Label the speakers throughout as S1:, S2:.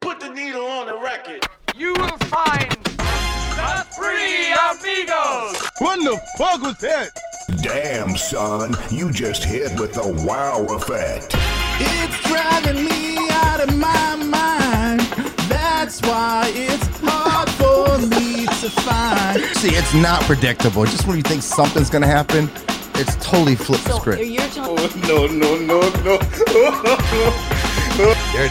S1: put the needle on the record.
S2: You will find the three amigos.
S3: What the fuck was that?
S4: Damn, son, you just hit with the wow effect.
S5: It's driving me out of my mind. That's why it's hard for me to find.
S3: See, it's not predictable. Just when you think something's gonna happen, it's totally flipped the
S6: So
S3: script.
S5: uh,
S6: you're telling
S7: There's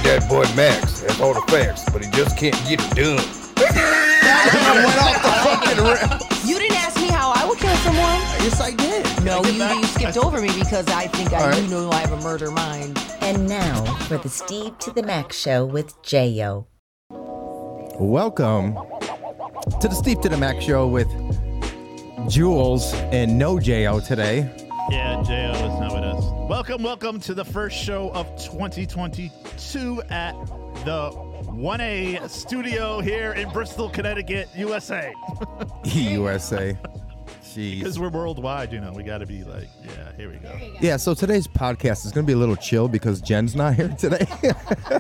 S7: that boy Max. That's all the facts, but he just can't get it done.
S3: I went off the fucking rail.
S6: you didn't ask me how I would kill someone.
S3: Yes, I did.
S6: No, you, you skipped over me because I think I
S3: All
S6: do know I have a murder mind.
S8: And now for the Steve to the Max show with J.O.
S3: Welcome to the Steve to the Max show with Jules and No Jo today.
S9: Yeah, Jo is not with us. Welcome, welcome to the first show of 2022 at the 1A studio here in Bristol, Connecticut, USA.
S3: E USA. Jeez.
S9: Because we're worldwide, you know, we got to be like, yeah, here we go.
S3: Yeah, so today's podcast is going to be a little chill because Jen's not here today.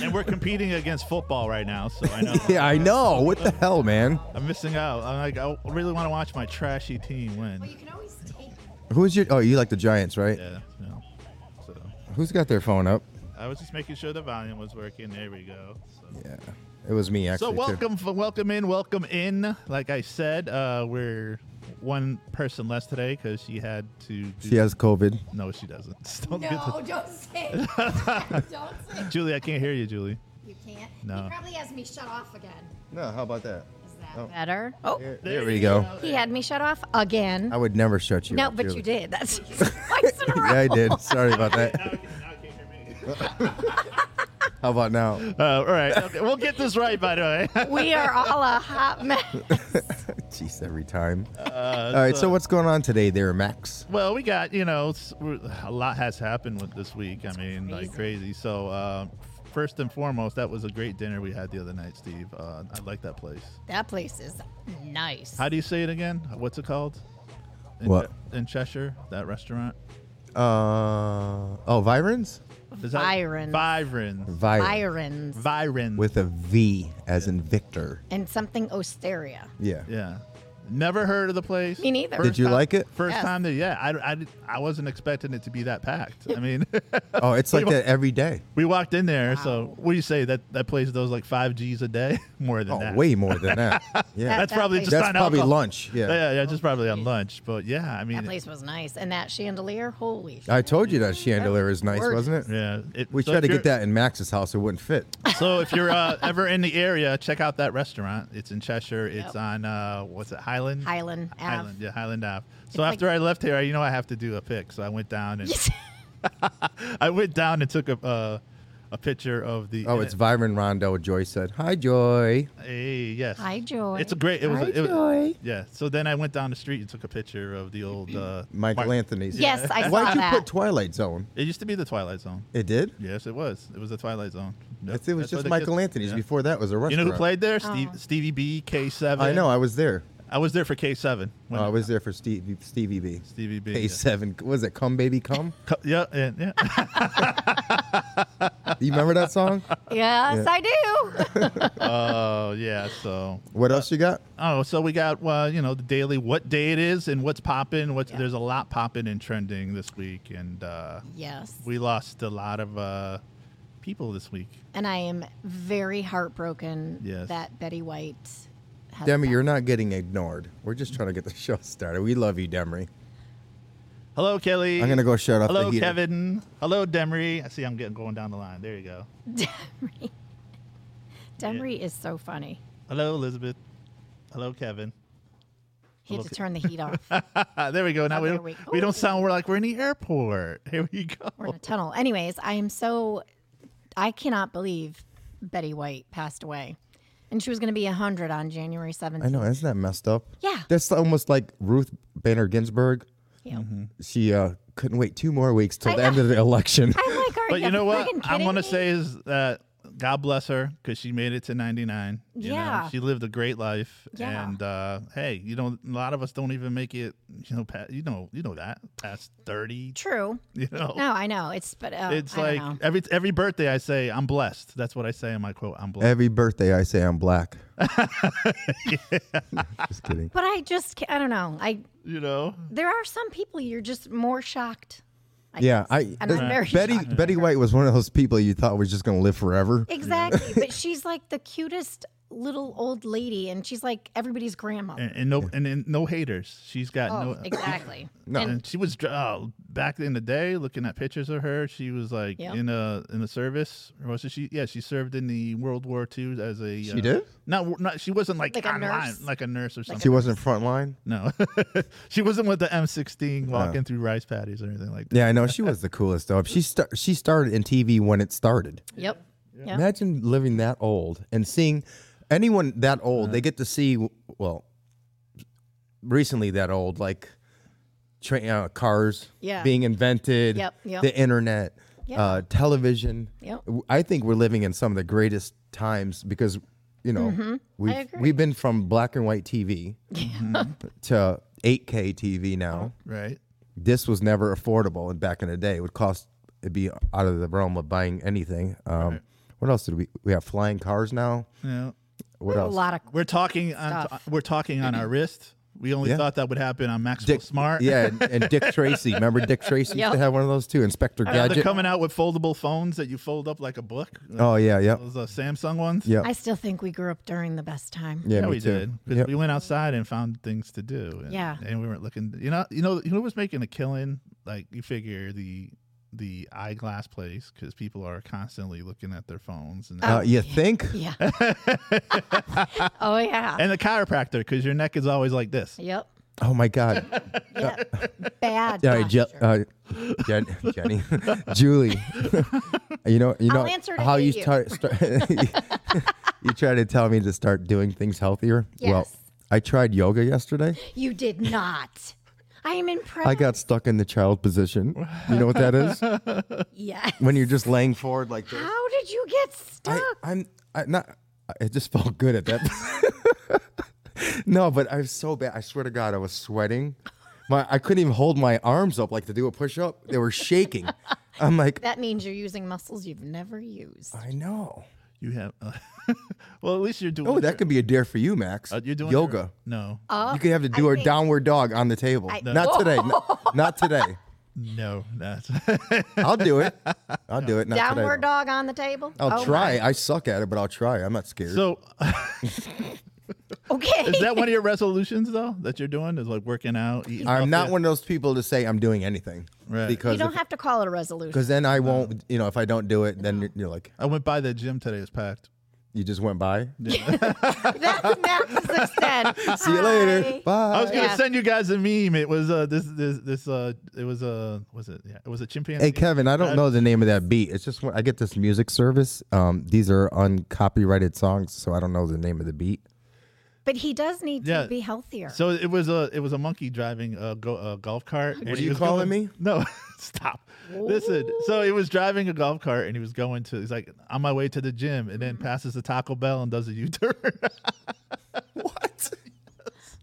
S9: And we're competing against football right now, so I know
S3: yeah, I know. What the hell, man?
S9: I'm missing out. I'm like, I really want to watch my trashy team win.
S3: Who's your? Oh, you like the Giants, right?
S9: Yeah, you know, so
S3: Who's got their phone up?
S9: I was just making sure the volume was working. There we go. So.
S3: Yeah, it was me actually.
S9: So
S3: too.
S9: welcome, f- welcome in, welcome in. Like I said, uh, we're one person less today because she had to. Do
S3: She has COVID.
S9: No, she doesn't. Just don't get
S10: No, don't say it. don't say
S9: the-
S10: it.
S9: Julie, I can't hear you, Julie.
S10: You can't.
S9: No.
S10: He probably has me shut off again.
S3: No, how about that?
S10: Is that
S3: Oh.
S10: better?
S3: There, we go.
S10: He had me shut off again.
S3: I would never shut you.
S10: no,
S3: up,
S10: but
S3: Julie.
S10: you did. That's twice in a row.
S3: yeah, I did. Sorry about that. How about now?
S9: Uh, all right, okay, we'll get this right. By the way,
S10: We are all a hot mess.
S3: Jeez, every time. All right, Uh, so what's going on today, there, Max?
S9: well, we got you know s- we're- a lot has happened with this week. I mean, like crazy. So um, first and foremost, that was a great dinner we had the other night, Steve. Uh, I like that place.
S10: that place is nice.
S9: How do you say it again? What's it called? In
S3: What?
S9: Che- in Cheshire, that restaurant.
S3: Uh oh, Virens.
S9: Is that
S10: Virens.
S9: Virens.
S3: Viren
S10: Byron's
S9: Virens.
S3: with a V as in Victor.
S10: and something Osteria.
S3: Yeah.
S9: yeah. Never heard of the place.
S10: Me neither.
S3: Did you like it?
S9: First
S10: Yes.
S9: time that yeah, I, I, did- I wasn't expecting it to be that packed. I mean,
S3: Oh, it's like that every day.
S9: we walked in there, so what do you say that that place does like five G's a day more than
S3: Oh,
S9: that?
S3: way more than that. Yeah.
S9: that's probably
S10: That
S9: just
S3: That's
S9: on
S3: probably
S9: alcohol.
S3: lunch.
S9: Yeah.
S3: Yeah.
S9: yeah, just probably on lunch. But yeah, I
S10: That
S9: mean,
S10: place was nice. And that chandelier, holy shit.
S3: I told you that chandelier is nice, wasn't it?
S9: yeah, it,
S3: We
S9: so
S3: tried
S9: if
S3: to
S9: you're-
S3: get that in Max's house. It wouldn't fit.
S9: So if you're uh, ever in the area, check out that restaurant. It's in Cheshire. It's on uh, what's it, Highland?
S10: Highland Ave.
S9: Highland, yeah, Highland Ave. So
S10: like-
S9: after I left here, I, you know, I have to do a pic. So I went down and I went down and took a uh, a picture of the.
S3: Oh,
S9: and
S3: it's
S9: it-
S3: Viren Rondo. Joy said, "Hi, Joy."
S9: hey, yes.
S10: Hi, Joy.
S9: It's a great. It was.
S3: Hi,
S9: it was-
S3: Joy.
S9: yeah. So then I went down the street and took a picture of the old. Uh,
S3: Michael
S9: Mar-
S3: Anthony's.
S10: Yes, I
S3: Why'd
S10: saw
S3: you
S10: that.
S3: put Twilight Zone?
S9: It used to be the Twilight Zone.
S3: It did.
S9: Yes, it was. It was the Twilight Zone. Yep.
S3: It's- It was
S9: That's why
S3: just
S9: they
S3: Michael
S9: kissed-
S3: Anthony's.
S9: yeah.
S3: Before that was a
S9: You
S3: restaurant.
S9: know who played there? Steve, Stevie B, K7.
S3: I know. I was there.
S9: I was there for K7. when-
S3: Oh, I was there for Stevie, Stevie B.
S9: Stevie B.
S3: K
S9: yeah.
S3: seven. Was it "Come Baby Come"?
S9: Co- Yeah, and, yeah.
S3: you remember that song?
S10: Yes, I do.
S9: Oh, yeah. So,
S3: What else you got?
S9: oh, so we got uh, you know the daily what day it is and what's popping. What's there's a lot popping and trending this week, and uh,
S10: yes.
S9: we lost a lot of uh, people this week.
S10: And I am very heartbroken
S9: Yes.
S10: that Betty White has
S3: Demi, you're not getting ignored. We're just trying to get the show started. We love you, Demi.
S9: Hello, Kelly.
S3: I'm gonna go shut off
S9: Hello,
S3: the heater.
S9: Kevin. Hello, Demry. I see I'm getting going down the line. There you go.
S10: Demery is so funny.
S9: Hello, Elizabeth. Hello, Kevin. Ah,
S10: He had to turn the heat off.
S9: there we go. Now we
S10: Oh, there
S9: don't,
S10: we
S9: we,
S10: go.
S9: don't sound we're like we're in the airport. Here we go.
S10: We're in a tunnel. Anyways, I am so I cannot believe Betty White passed away. And she was going to be 100 on January 7th.
S3: I know, isn't that messed up?
S10: Yeah.
S3: That's almost like Ruth Bader Ginsburg.
S10: Yeah.
S3: She uh, couldn't wait two more weeks till the end of the election.
S10: I'm like, are
S9: But
S10: you,
S9: you know what?
S10: friggin'
S9: I
S10: kidding
S9: want to
S10: me?
S9: say is that God bless her because she made it to 99. you know?
S10: Yeah.
S9: She lived a great life.
S10: Yeah.
S9: And uh, hey, you know, a lot of us don't even make it, you know, past, you know, you know that past 30,
S10: True.
S9: you know.
S10: No, I know. It's but uh,
S9: It's
S10: I
S9: like
S10: don't know.
S9: every every birthday I say I'm blessed. That's what I say in my quote. I'm blessed.
S3: Every birthday I say I'm black. Just kidding.
S10: But I just ca- I don't know. I
S9: you know.
S10: there are some people you're just more shocked. I
S3: Yeah,
S10: guess.
S3: I
S10: and I'm very
S3: Betty
S10: shocked.
S3: Betty White was one of those people you thought was just going to live forever.
S10: Exactly. but she's like the cutest little old lady and she's like everybody's grandma.
S9: And, and no and, and no haters. She's got
S10: oh,
S9: no
S10: exactly.
S9: And she was dr- oh, back in the day, looking at pictures of her. She was like
S10: Yeah.
S9: in a in the service. Or was it she? Yeah, she served in the World War II as a. She
S3: did?
S9: Not, not she wasn't like,
S10: Like a
S9: online,
S10: nurse?
S9: like a nurse or
S3: She
S9: something.
S3: wasn't front line.
S9: no, she wasn't with the M16 walking through rice paddies or anything like that.
S3: Yeah, I know she was the coolest though. She star- she started in TV when it started.
S10: Yep. Yeah.
S3: Imagine living that old and seeing anyone that old.
S10: Uh-huh.
S3: they get to see well, recently that old like tra- uh, cars
S10: Yeah.
S3: being invented,
S10: Yep, yep.
S3: the internet, uh, television.
S10: Yep.
S3: W- I think we're living in some of the greatest times because you know we've
S10: Mm-hmm. agree.
S3: we've been from black and white TV to 8K TV now
S9: Right.
S3: this was never affordable and back in the day it would cost it'd be out of the realm of buying anything um what else did we we have flying cars now
S9: Yeah.
S3: what
S10: A
S3: else
S10: lot of
S9: We're talking on
S10: Stuff. Mm-hmm.
S9: we're talking on our wrist. We only
S3: Yeah.
S9: thought that would happen on Maxwell
S3: dick
S9: Smart.
S3: yeah and, and dick tracy remember dick tracy used
S10: Yep.
S3: to have one of those too inspector
S9: Now They're
S3: gadget
S9: coming out with foldable phones that you fold up like a book.
S3: oh yeah yeah
S9: Those uh, Samsung ones.
S3: yeah
S10: I still think we grew up during the best time.
S3: yeah
S9: Yeah,
S3: me
S9: we
S3: too.
S9: did. 'Cause
S3: Yep.
S9: we went outside and found things to do. And,
S10: Yeah.
S9: and we weren't looking. You know, you know who was making a killing? Like you figure the the eyeglass place because people are constantly looking at their phones and
S10: Um,
S3: uh, you think
S10: Yeah. oh yeah.
S9: and the chiropractor because your neck is always like this.
S10: yep.
S3: oh my god
S10: Yep. Bad.
S3: yeah Je-
S10: posture.
S3: uh, Jen- jenny julie you know you know
S10: I'll answer to
S3: how you,
S10: you.
S3: start, start you try to tell me to start doing things healthier well
S10: Yes.
S3: i tried yoga yesterday
S10: you did not. I am impressed.
S3: I got stuck in the child position. You know what that is?
S10: Yeah.
S3: when you're just laying forward like this.
S10: How did you get stuck?
S3: I, I'm I, not. It just felt good at that. no, but I was so bad. I swear to God, I was sweating. My I couldn't even hold my arms up like to do a push up. They were shaking. I'm like,
S10: that means you're using muscles you've never used.
S3: I know.
S9: You have. uh, well, at least you're doing.
S3: Oh, that could be a dare for you, Max.
S9: uh, you're doing your-
S3: yoga.
S9: no,
S3: you could have to do a
S10: Uh, think-
S3: downward dog on the table. not today. Not, not today.
S9: no, that's
S3: I'll do it. I'll do it. Not
S10: Downward
S3: today.
S10: dog on the table.
S3: I'll
S10: Oh,
S3: try. I suck at it, but I'll try. I'm not scared.
S9: so.
S10: Okay.
S9: Is that one of your resolutions though that you're doing? Is like working out. eating
S3: I'm
S9: healthy?
S3: not one of those people to say I'm doing anything.
S9: Right.
S10: you
S3: Because
S10: don't have to call it a resolution.
S3: because then I won't, you know, if I don't do it, then you're like,
S9: I went by the gym today. It was packed.
S3: you just went by.
S10: That's Max's extent.
S3: See you
S10: Uh,
S3: later. Bye.
S9: I was gonna
S10: Yeah.
S9: send you guys a meme. It was uh this this this uh it was uh was it yeah it was a chimpanzee.
S3: hey, Kevin, I don't know the name of that beat. It's just when I get this music service. Um, these are uncopyrighted songs, so I don't know the name of the beat.
S10: But he does need
S9: Yeah.
S10: to be healthier.
S9: So it was a it was a monkey driving a, go, a golf cart. What
S3: you calling me?
S9: No, stop. Listen. So he was driving a golf cart and he was going to. He's like on my way to the gym and then passes the Taco Bell and does a U turn.
S3: What?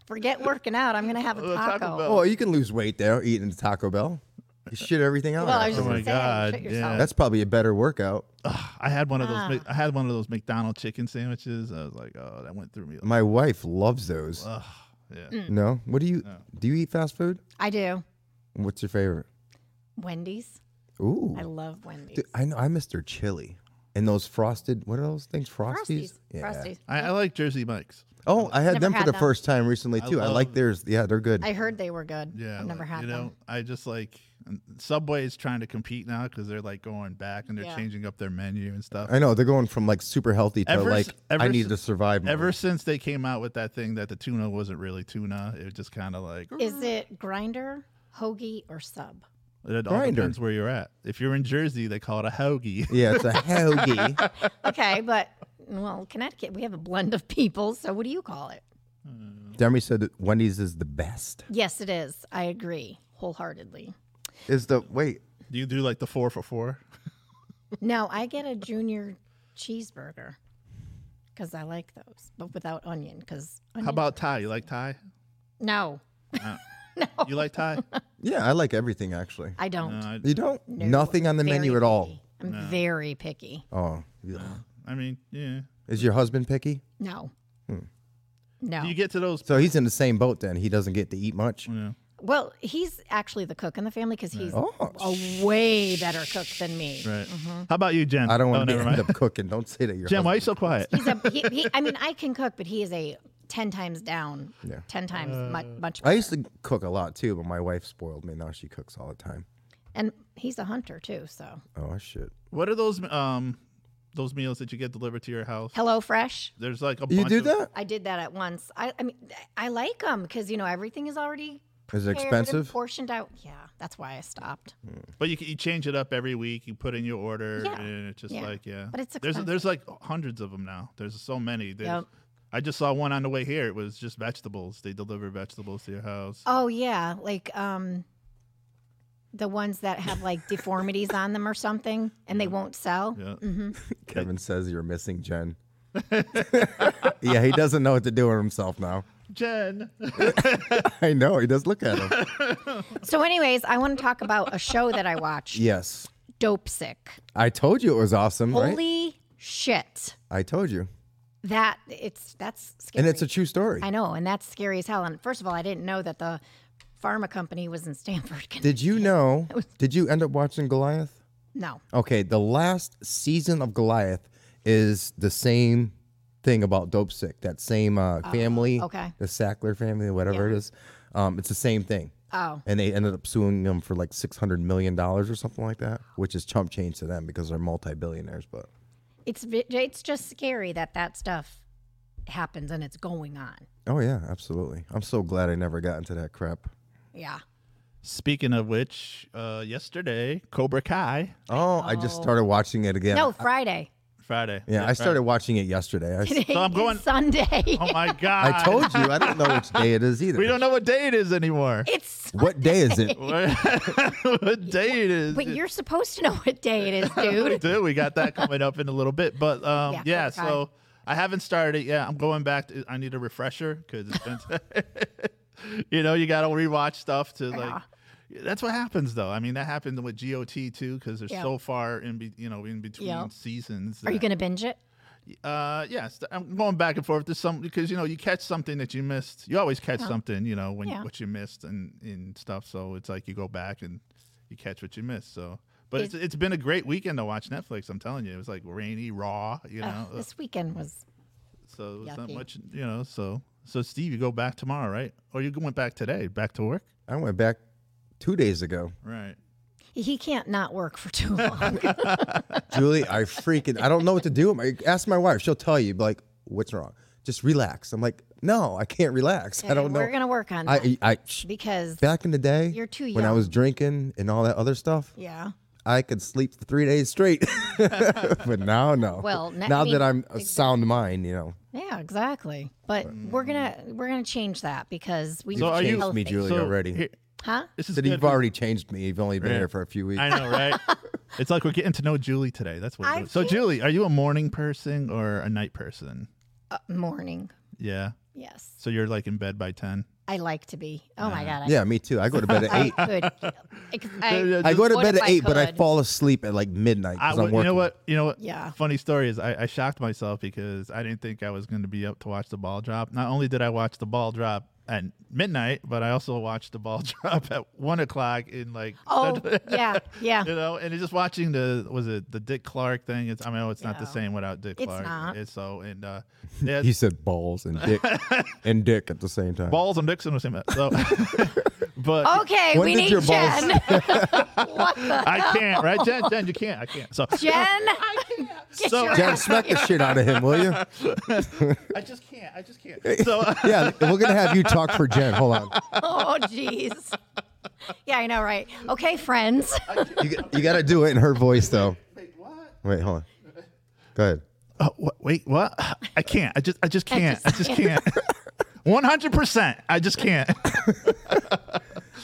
S10: Forget working out. I'm gonna have a
S9: Taco
S10: taco.
S9: Bell.
S3: Oh, you can lose weight there eating Taco Bell. You shit everything out. Oh
S10: Well, I was
S3: after.
S10: just
S9: my
S10: gonna say,
S9: God,
S10: shit yourself.
S9: yeah.
S3: That's probably a better workout.
S9: I had one of those. Mc I had one of those McDonald's chicken sandwiches. I was like, oh, that went through me.
S3: My wife loves those.
S9: yeah.
S3: No, what do you do? You eat fast food?
S10: I do.
S3: What's your favorite?
S10: Wendy's.
S3: Ooh,
S10: I love Wendy's.
S3: Dude, I know I miss their chili and those frosted. What are those things? Frosties.
S10: Frosties. Frosties.
S9: I, I like Jersey Mike's.
S3: Oh, I had
S10: Never
S3: them for
S10: had
S3: the
S10: them.
S3: first time recently too. I, like
S9: love-
S3: theirs. Yeah, they're good.
S10: I heard they were good.
S9: Yeah,
S10: I've never
S9: like,
S10: had
S9: you
S10: them.
S9: know, I just like Subway's trying to compete now because they're like going back and they're
S10: Yeah.
S9: changing up their menu and stuff.
S3: I know they're going from like super healthy to
S9: Ever
S3: like
S9: s- ever
S3: I need
S9: s-
S3: to survive. mode.
S9: Ever since they came out with that thing that the tuna wasn't really tuna, it was just kind of like
S10: Is it grinder, hoagie, or sub?
S9: it all
S3: Grinder.
S9: depends where you're at. If you're in Jersey, they call it a hoagie.
S3: yeah, it's a hoagie.
S10: Okay, but well, Connecticut, we have a blend of people. So what do you call it?
S3: Jeremy said that Wendy's is the best.
S10: Yes, it is. I agree wholeheartedly.
S3: Is the wait?
S9: Do you do like the four for four?
S10: No, I get a junior cheeseburger because I like those, but without onion. Because
S9: How about Thai? You like Thai?
S10: no,
S9: You like Thai?
S3: Yeah, I like everything actually.
S10: I don't.
S9: No, I,
S3: You don't? Nothing on the
S10: Very
S3: menu at all.
S10: picky. I'm very picky.
S3: Oh, yeah.
S9: I mean, yeah.
S3: Is your husband picky?
S10: No, no. Oh.
S9: Do you get to those?
S3: So he's in the same boat then. He doesn't get to eat much.
S9: Yeah.
S10: well, he's actually the cook in the family because he's
S3: Oh,
S10: a way better cook than me.
S9: Right.
S10: Mm-hmm.
S9: How about you, Jen?
S3: I don't
S9: oh,
S3: want to
S9: never
S3: end
S9: mind.
S3: up cooking. Don't say that you're.
S9: Jen, why are you so quiet?
S10: He's a, he, he, I mean, I can cook, but he is a ten times down.
S3: Yeah.
S10: Ten times
S9: Uh.
S10: much much.
S3: I used to cook a lot too, but my wife spoiled me. Now she cooks all the time.
S10: and he's a hunter too. So
S3: Oh shit!
S9: What are those um those meals that you get delivered to your house?
S10: Hello Fresh.
S9: There's like a
S3: You
S9: bunch
S3: do
S9: of,
S3: that?
S10: I did that at once. I, I mean, I like them because you know everything is already
S3: Is it
S10: prepared and
S3: expensive?
S10: portioned out. Yeah, that's why I stopped.
S9: But you, c- you change it up every week. You put in your order,
S10: Yeah.
S9: and it's just
S10: Yeah.
S9: like yeah.
S10: But it's
S9: there's there's like hundreds of them now. There's so many. There's,
S10: Yep.
S9: I just saw one on the way here. It was just vegetables. They deliver vegetables to your house.
S10: Oh yeah, like um, the ones that have like deformities on them or something, and they won't sell.
S9: Yeah.
S3: Kevin says you're missing Jen. yeah, he doesn't know what to do with himself now.
S9: Jen,
S3: I know he does look at him.
S10: So, anyways, I want to talk about a show that I watched,
S3: yes,
S10: Dope Sick.
S3: I told you it was awesome, right?
S10: Holy shit!
S3: I told you,
S10: That it's that's scary.
S3: and it's a true story.
S10: I know, and that's scary as hell. And first of all, I didn't know that the pharma company was in Stanford.
S3: Did you know? Did you end up watching Goliath?
S10: no.
S3: Okay, the last season of Goliath is the same thing about Dope Sick. That same uh, family,
S10: Oh, okay.
S3: the Sackler family, whatever it is. Um, it's the same thing.
S10: Oh.
S3: And they ended up suing them for like six hundred million dollars or something like that, which is chump change to them because they're multi-billionaires. But
S10: it's vi- it's just scary that that stuff happens and it's going on.
S3: oh yeah, absolutely. I'm so glad I never got into that crap.
S10: Yeah.
S9: speaking of which, uh, yesterday Cobra Kai
S3: Oh, I just started watching it again.
S10: No, Friday.
S9: Friday.
S3: yeah, I started watching it yesterday. I, s-
S10: Today
S9: I'm
S10: is
S9: going-
S10: Sunday.
S9: Oh my god!
S3: I told you I don't know which day it is either.
S9: We don't know what day it is anymore.
S10: It's
S3: what day is it.
S9: what day it is?
S10: but you're supposed to know what day it is,
S9: we
S10: dude.
S9: do. We got that coming up in a little bit. But um, yeah,
S10: Yeah, okay.
S9: so I haven't started it yet. I'm going back. To, I need a refresher because it's been, you know, you got to rewatch stuff to like. That's what happens though. I mean, that happened with GOT too because they're
S10: Yeah.
S9: so far in, be, you know, in between
S10: Yeah.
S9: seasons.
S10: Are you
S9: that-
S10: going to binge it?
S9: uh, yes, I'm going back and forth to some because you know you catch something that you missed. You always catch something, you know, when
S10: Yeah.
S9: what you missed and and stuff. So it's like you go back and you catch what you missed. So, but it's it's been a great weekend to watch Netflix. I'm telling you, it was like rainy, raw, you know.
S10: Ugh, this weekend was
S9: so it was not
S10: yucky.
S9: much, you know. So so Steve, you go back tomorrow, right? Or you went back today, back to work,
S3: I went back two days ago.
S9: right?
S10: he can't not work for too long.
S3: Julie, I freaking I don't know what to do. I ask my wife; she'll tell you. be Like, what's wrong? Just relax. I'm like, no, I can't relax. I don't know.
S10: We're going to work on that
S3: I, I sh-
S10: because
S3: back in the day,
S10: You're too
S3: when I
S10: young.
S3: was drinking and all that other stuff,
S10: yeah.
S3: I could sleep for three days straight. but now, no.
S10: Well, na- I
S3: now
S10: mean,
S3: that I'm a sound mind, you know.
S10: Yeah, exactly. But we're going to we're going to change that because we
S9: So
S10: need to
S9: are
S10: be
S9: you-
S3: changed
S10: healthy.
S3: me, Julie,
S9: So
S3: already.
S9: here-
S10: Huh?
S9: this is
S3: Said
S9: good
S3: you've
S9: for-
S3: already changed me. You've only been
S9: Right.
S3: here for a few weeks.
S9: I know, right? it's like we're getting to know Julie today. That's what.
S10: I
S9: It is. So
S10: feel-
S9: Julie, are you a morning person or a night person?
S10: Uh, morning.
S9: Yeah.
S10: Yes.
S9: So you're like in bed by ten.
S10: I like to be. Oh my god. I,
S3: Yeah, me too. I go to bed at eight.
S10: I could. I,
S3: I go to
S10: What
S3: bed
S10: if
S3: at
S10: I
S3: eight, but I
S10: could?
S3: fall asleep at like midnight
S9: I,
S3: because I'm
S9: w-
S3: working.
S9: you know what? You know what?
S10: Yeah.
S9: Funny story is I, I shocked myself because I didn't think I was going to be up to watch the ball drop. Not only did I watch the ball drop at midnight, but I also watched the ball drop at one o'clock in like.
S10: oh yeah, yeah.
S9: You know, and it's just watching the was it the Dick Clark thing? It's I know it's not the
S10: Yeah.
S9: same without Dick
S10: It's
S9: Clark.
S10: not.
S9: It's so and uh, yeah,
S3: He said balls and dick and dick at the same time.
S9: balls and dicks in the same. So, but
S10: Okay,
S3: When
S10: we
S3: did
S10: need
S3: your balls-
S10: Jen. what the
S9: I can't, right, Jen? Jen, you can't. I can't. So
S10: Jen? Get
S9: So-
S10: your
S3: Jen,
S10: ass
S3: smack the shit out of him, will you?
S9: I just can't. I just can't. So uh,
S3: Yeah, we're gonna have you talk for Jen. Hold on.
S10: Oh jeez. Yeah, I know, right? Okay, friends.
S3: You, g- you gotta do it in her voice though.
S9: Wait, what?
S3: Wait, hold on. Go ahead.
S9: Oh, wh- wait, what? I can't. I just, I just can't. I
S10: just
S9: just can't. One hundred percent. I just can't.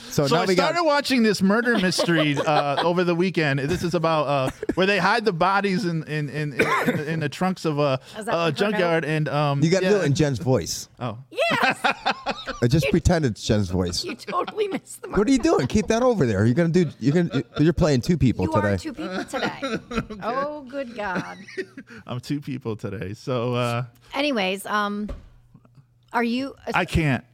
S11: So,
S9: So
S11: now
S9: I
S11: we
S9: started
S11: got
S9: watching this murder mystery uh, over the weekend. This is about uh, where they hide the bodies in in in, in, in the trunks of a,
S10: Is that
S9: a
S10: from Her
S9: junkyard, and um,
S3: You got to
S9: yeah.
S3: do it in Jen's voice.
S9: Oh,
S3: Uh, Just pretend it's Jen's voice.
S10: You totally missed the mark.
S3: What are you doing? Keep that over there. You're gonna do. You're gonna. You're playing two people
S10: You
S3: today.
S10: are two people today. Oh, good God.
S9: I'm two people today, so uh,
S10: Anyways, um, are you
S9: I can't.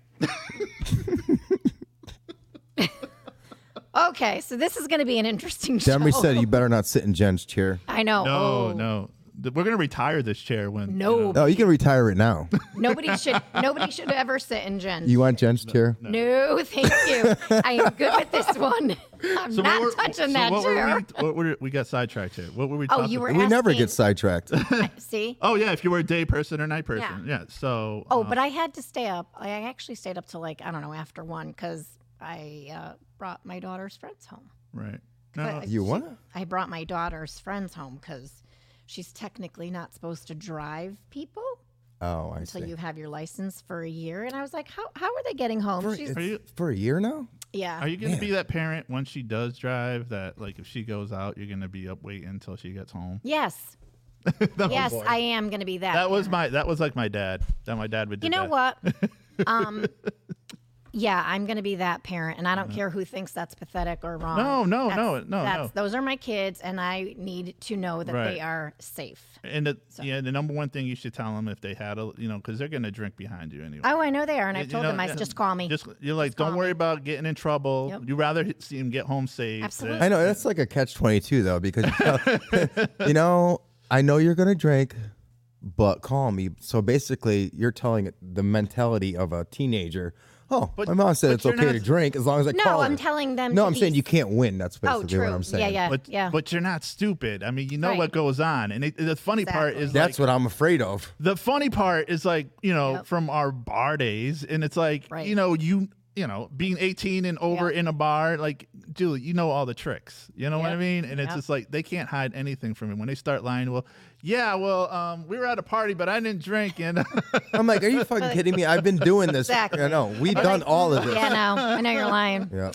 S10: okay? So this is going to be an interesting
S3: Demery
S10: show.
S3: said you better not sit in Jen's chair.
S10: I know.
S9: No,
S10: oh.
S9: no, Th- we're gonna retire this chair when
S10: No.
S9: you know,
S3: No, Oh, you can retire it now.
S10: Nobody should. Nobody should ever sit in Jen.
S3: You want Jen's chair?
S10: no. thank you. I am good with this one. I'm
S9: So what
S10: not
S9: were-
S10: touching
S9: so
S10: that
S9: what were
S10: chair.
S9: we, what were, we got sidetracked here. What were we?
S10: oh,
S9: talking
S10: you were.
S9: about?
S3: We never
S10: asking-
S3: get Uh. sidetracked.
S10: See.
S9: Oh yeah, if you were a day person or night person, yeah. so
S10: Oh,
S9: uh,
S10: but I had to stay up. I actually stayed up till like I don't know after one because I uh, brought my daughter's friends home.
S9: right.
S10: But
S9: No,
S3: You
S10: she-
S3: what?
S10: I brought my daughter's friends home because she's technically not supposed to drive people
S3: Oh, I
S10: until
S3: see.
S10: you have your license for a year. And I was like, how, how are they getting home?
S3: For,
S10: she's,
S3: it's-
S9: Are you-
S3: for a year now?
S10: yeah.
S9: Are you gonna be that parent once she does drive? That like if she goes out, you're gonna be up waiting until she gets home.
S10: yes. yes, I am going to be that.
S9: That was my that was like my dad. That my dad would do.
S10: you know
S9: that.
S10: what? um, yeah, I'm going to be that parent. And I don't care who thinks that's pathetic or wrong.
S9: Mm-hmm. No, no,
S10: That's-
S9: no, no,
S10: that's- Those are my kids, and I need to know that
S9: Right.
S10: they are safe.
S9: And the, yeah, the number one thing you should tell them if they had a you know because they're gonna drink behind you anyway.
S10: Oh, I know they are. And I've
S9: You
S10: told
S9: know,
S10: them, I
S9: yeah.
S10: said, just call me.
S9: Just you're like, don't worry about getting in trouble.
S10: Yep.
S9: You'd rather h- see him get home safe.
S10: Absolutely.
S9: than-
S3: I know that's like a catch twenty two though because you know I know you're gonna drink, but call me. So basically, you're telling the mentality of a teenager. Oh,
S9: But-
S3: my mom said
S9: but
S3: it's
S9: you're
S3: okay
S9: not-
S3: to drink as long as I
S10: No,
S3: call.
S10: I'm
S3: her.
S10: telling them
S3: No,
S10: to
S3: I'm
S10: be
S3: saying you
S10: s-
S3: can't win. That's
S10: Oh,
S3: basically
S10: true.
S3: what I'm saying.
S10: Yeah, yeah,
S9: But,
S10: yeah.
S9: but you're not stupid. I mean, you know what
S10: Right.
S9: goes on. And it, the funny part is like,
S3: That's what I'm afraid of.
S9: the funny part is like you know
S10: Yep.
S9: from our bar days and it's like
S10: Right.
S9: you know you you know being 18 and over
S10: Yep.
S9: in a bar like dude you know all the tricks you know what i
S10: Yep.
S9: mean and it's
S10: Yep.
S9: just like they can't hide anything from him when they start lying well yeah well um we were at a party but i didn't drink and
S3: I'm like, are you fucking kidding me? I've been doing this.
S10: Exactly.
S3: I know we've done all of this.
S10: yeah, no, I know you're lying.
S3: Yeah,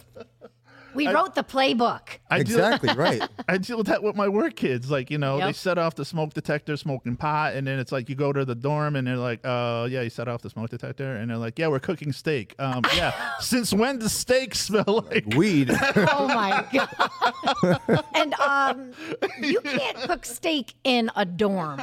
S10: We wrote the playbook.
S9: I do-
S3: exactly right.
S9: I deal with that with my work kids. Like, you know, they
S10: Yep.
S9: set off the smoke detector smoking pot, and then it's like you go to the dorm and they're like, oh, yeah, you set off the smoke detector. And they're like, yeah, we're cooking steak. Um, yeah. Since when does steak smell like
S3: Weed.
S10: Oh my god! and um, you can't cook steak in a dorm.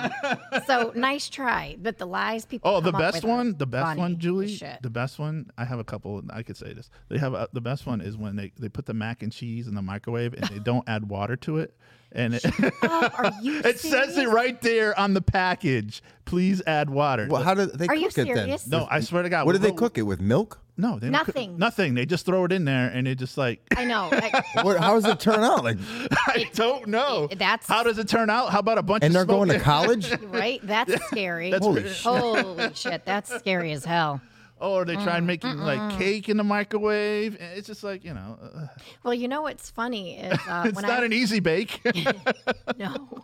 S10: So nice try, but the lies people.
S9: Oh, the
S10: come up
S9: best
S10: with are
S9: one, the best
S10: funny
S9: one,
S10: as
S9: Julie.
S10: shit.
S9: The best one. I have a couple. I could say this. They have a, the best one is when they, they put the mac and cheese in the microwave and they don't add water to it, and it,
S10: Oh, are you?
S9: it says it
S10: serious?
S9: right there on the package. Please add water.
S3: Well, how do they
S10: Are
S3: cook
S10: you
S3: it then?
S10: serious?
S9: no, I swear to God.
S3: What do they
S9: we'll-
S3: cook it with? Milk?
S9: No, they don't cook-
S10: Nothing.
S9: nothing. They just throw it in there, and it just like
S10: I know. I,
S3: What, how does it turn out? Like,
S9: I don't know.
S10: it- that's-
S9: how does it turn out? How about a bunch
S3: and
S9: of
S3: they're going to
S9: smoking-
S3: college?
S10: right? That's scary.
S9: That's
S3: Holy
S9: pretty-
S3: shit.
S10: Holy shit! That's scary as hell.
S9: Oh, or they try making like cake in the microwave. and It's just like you know, uh,
S10: Well, you know what's funny is uh,
S9: it's
S10: when
S9: not
S10: I
S9: an easy bake.
S10: no. Oh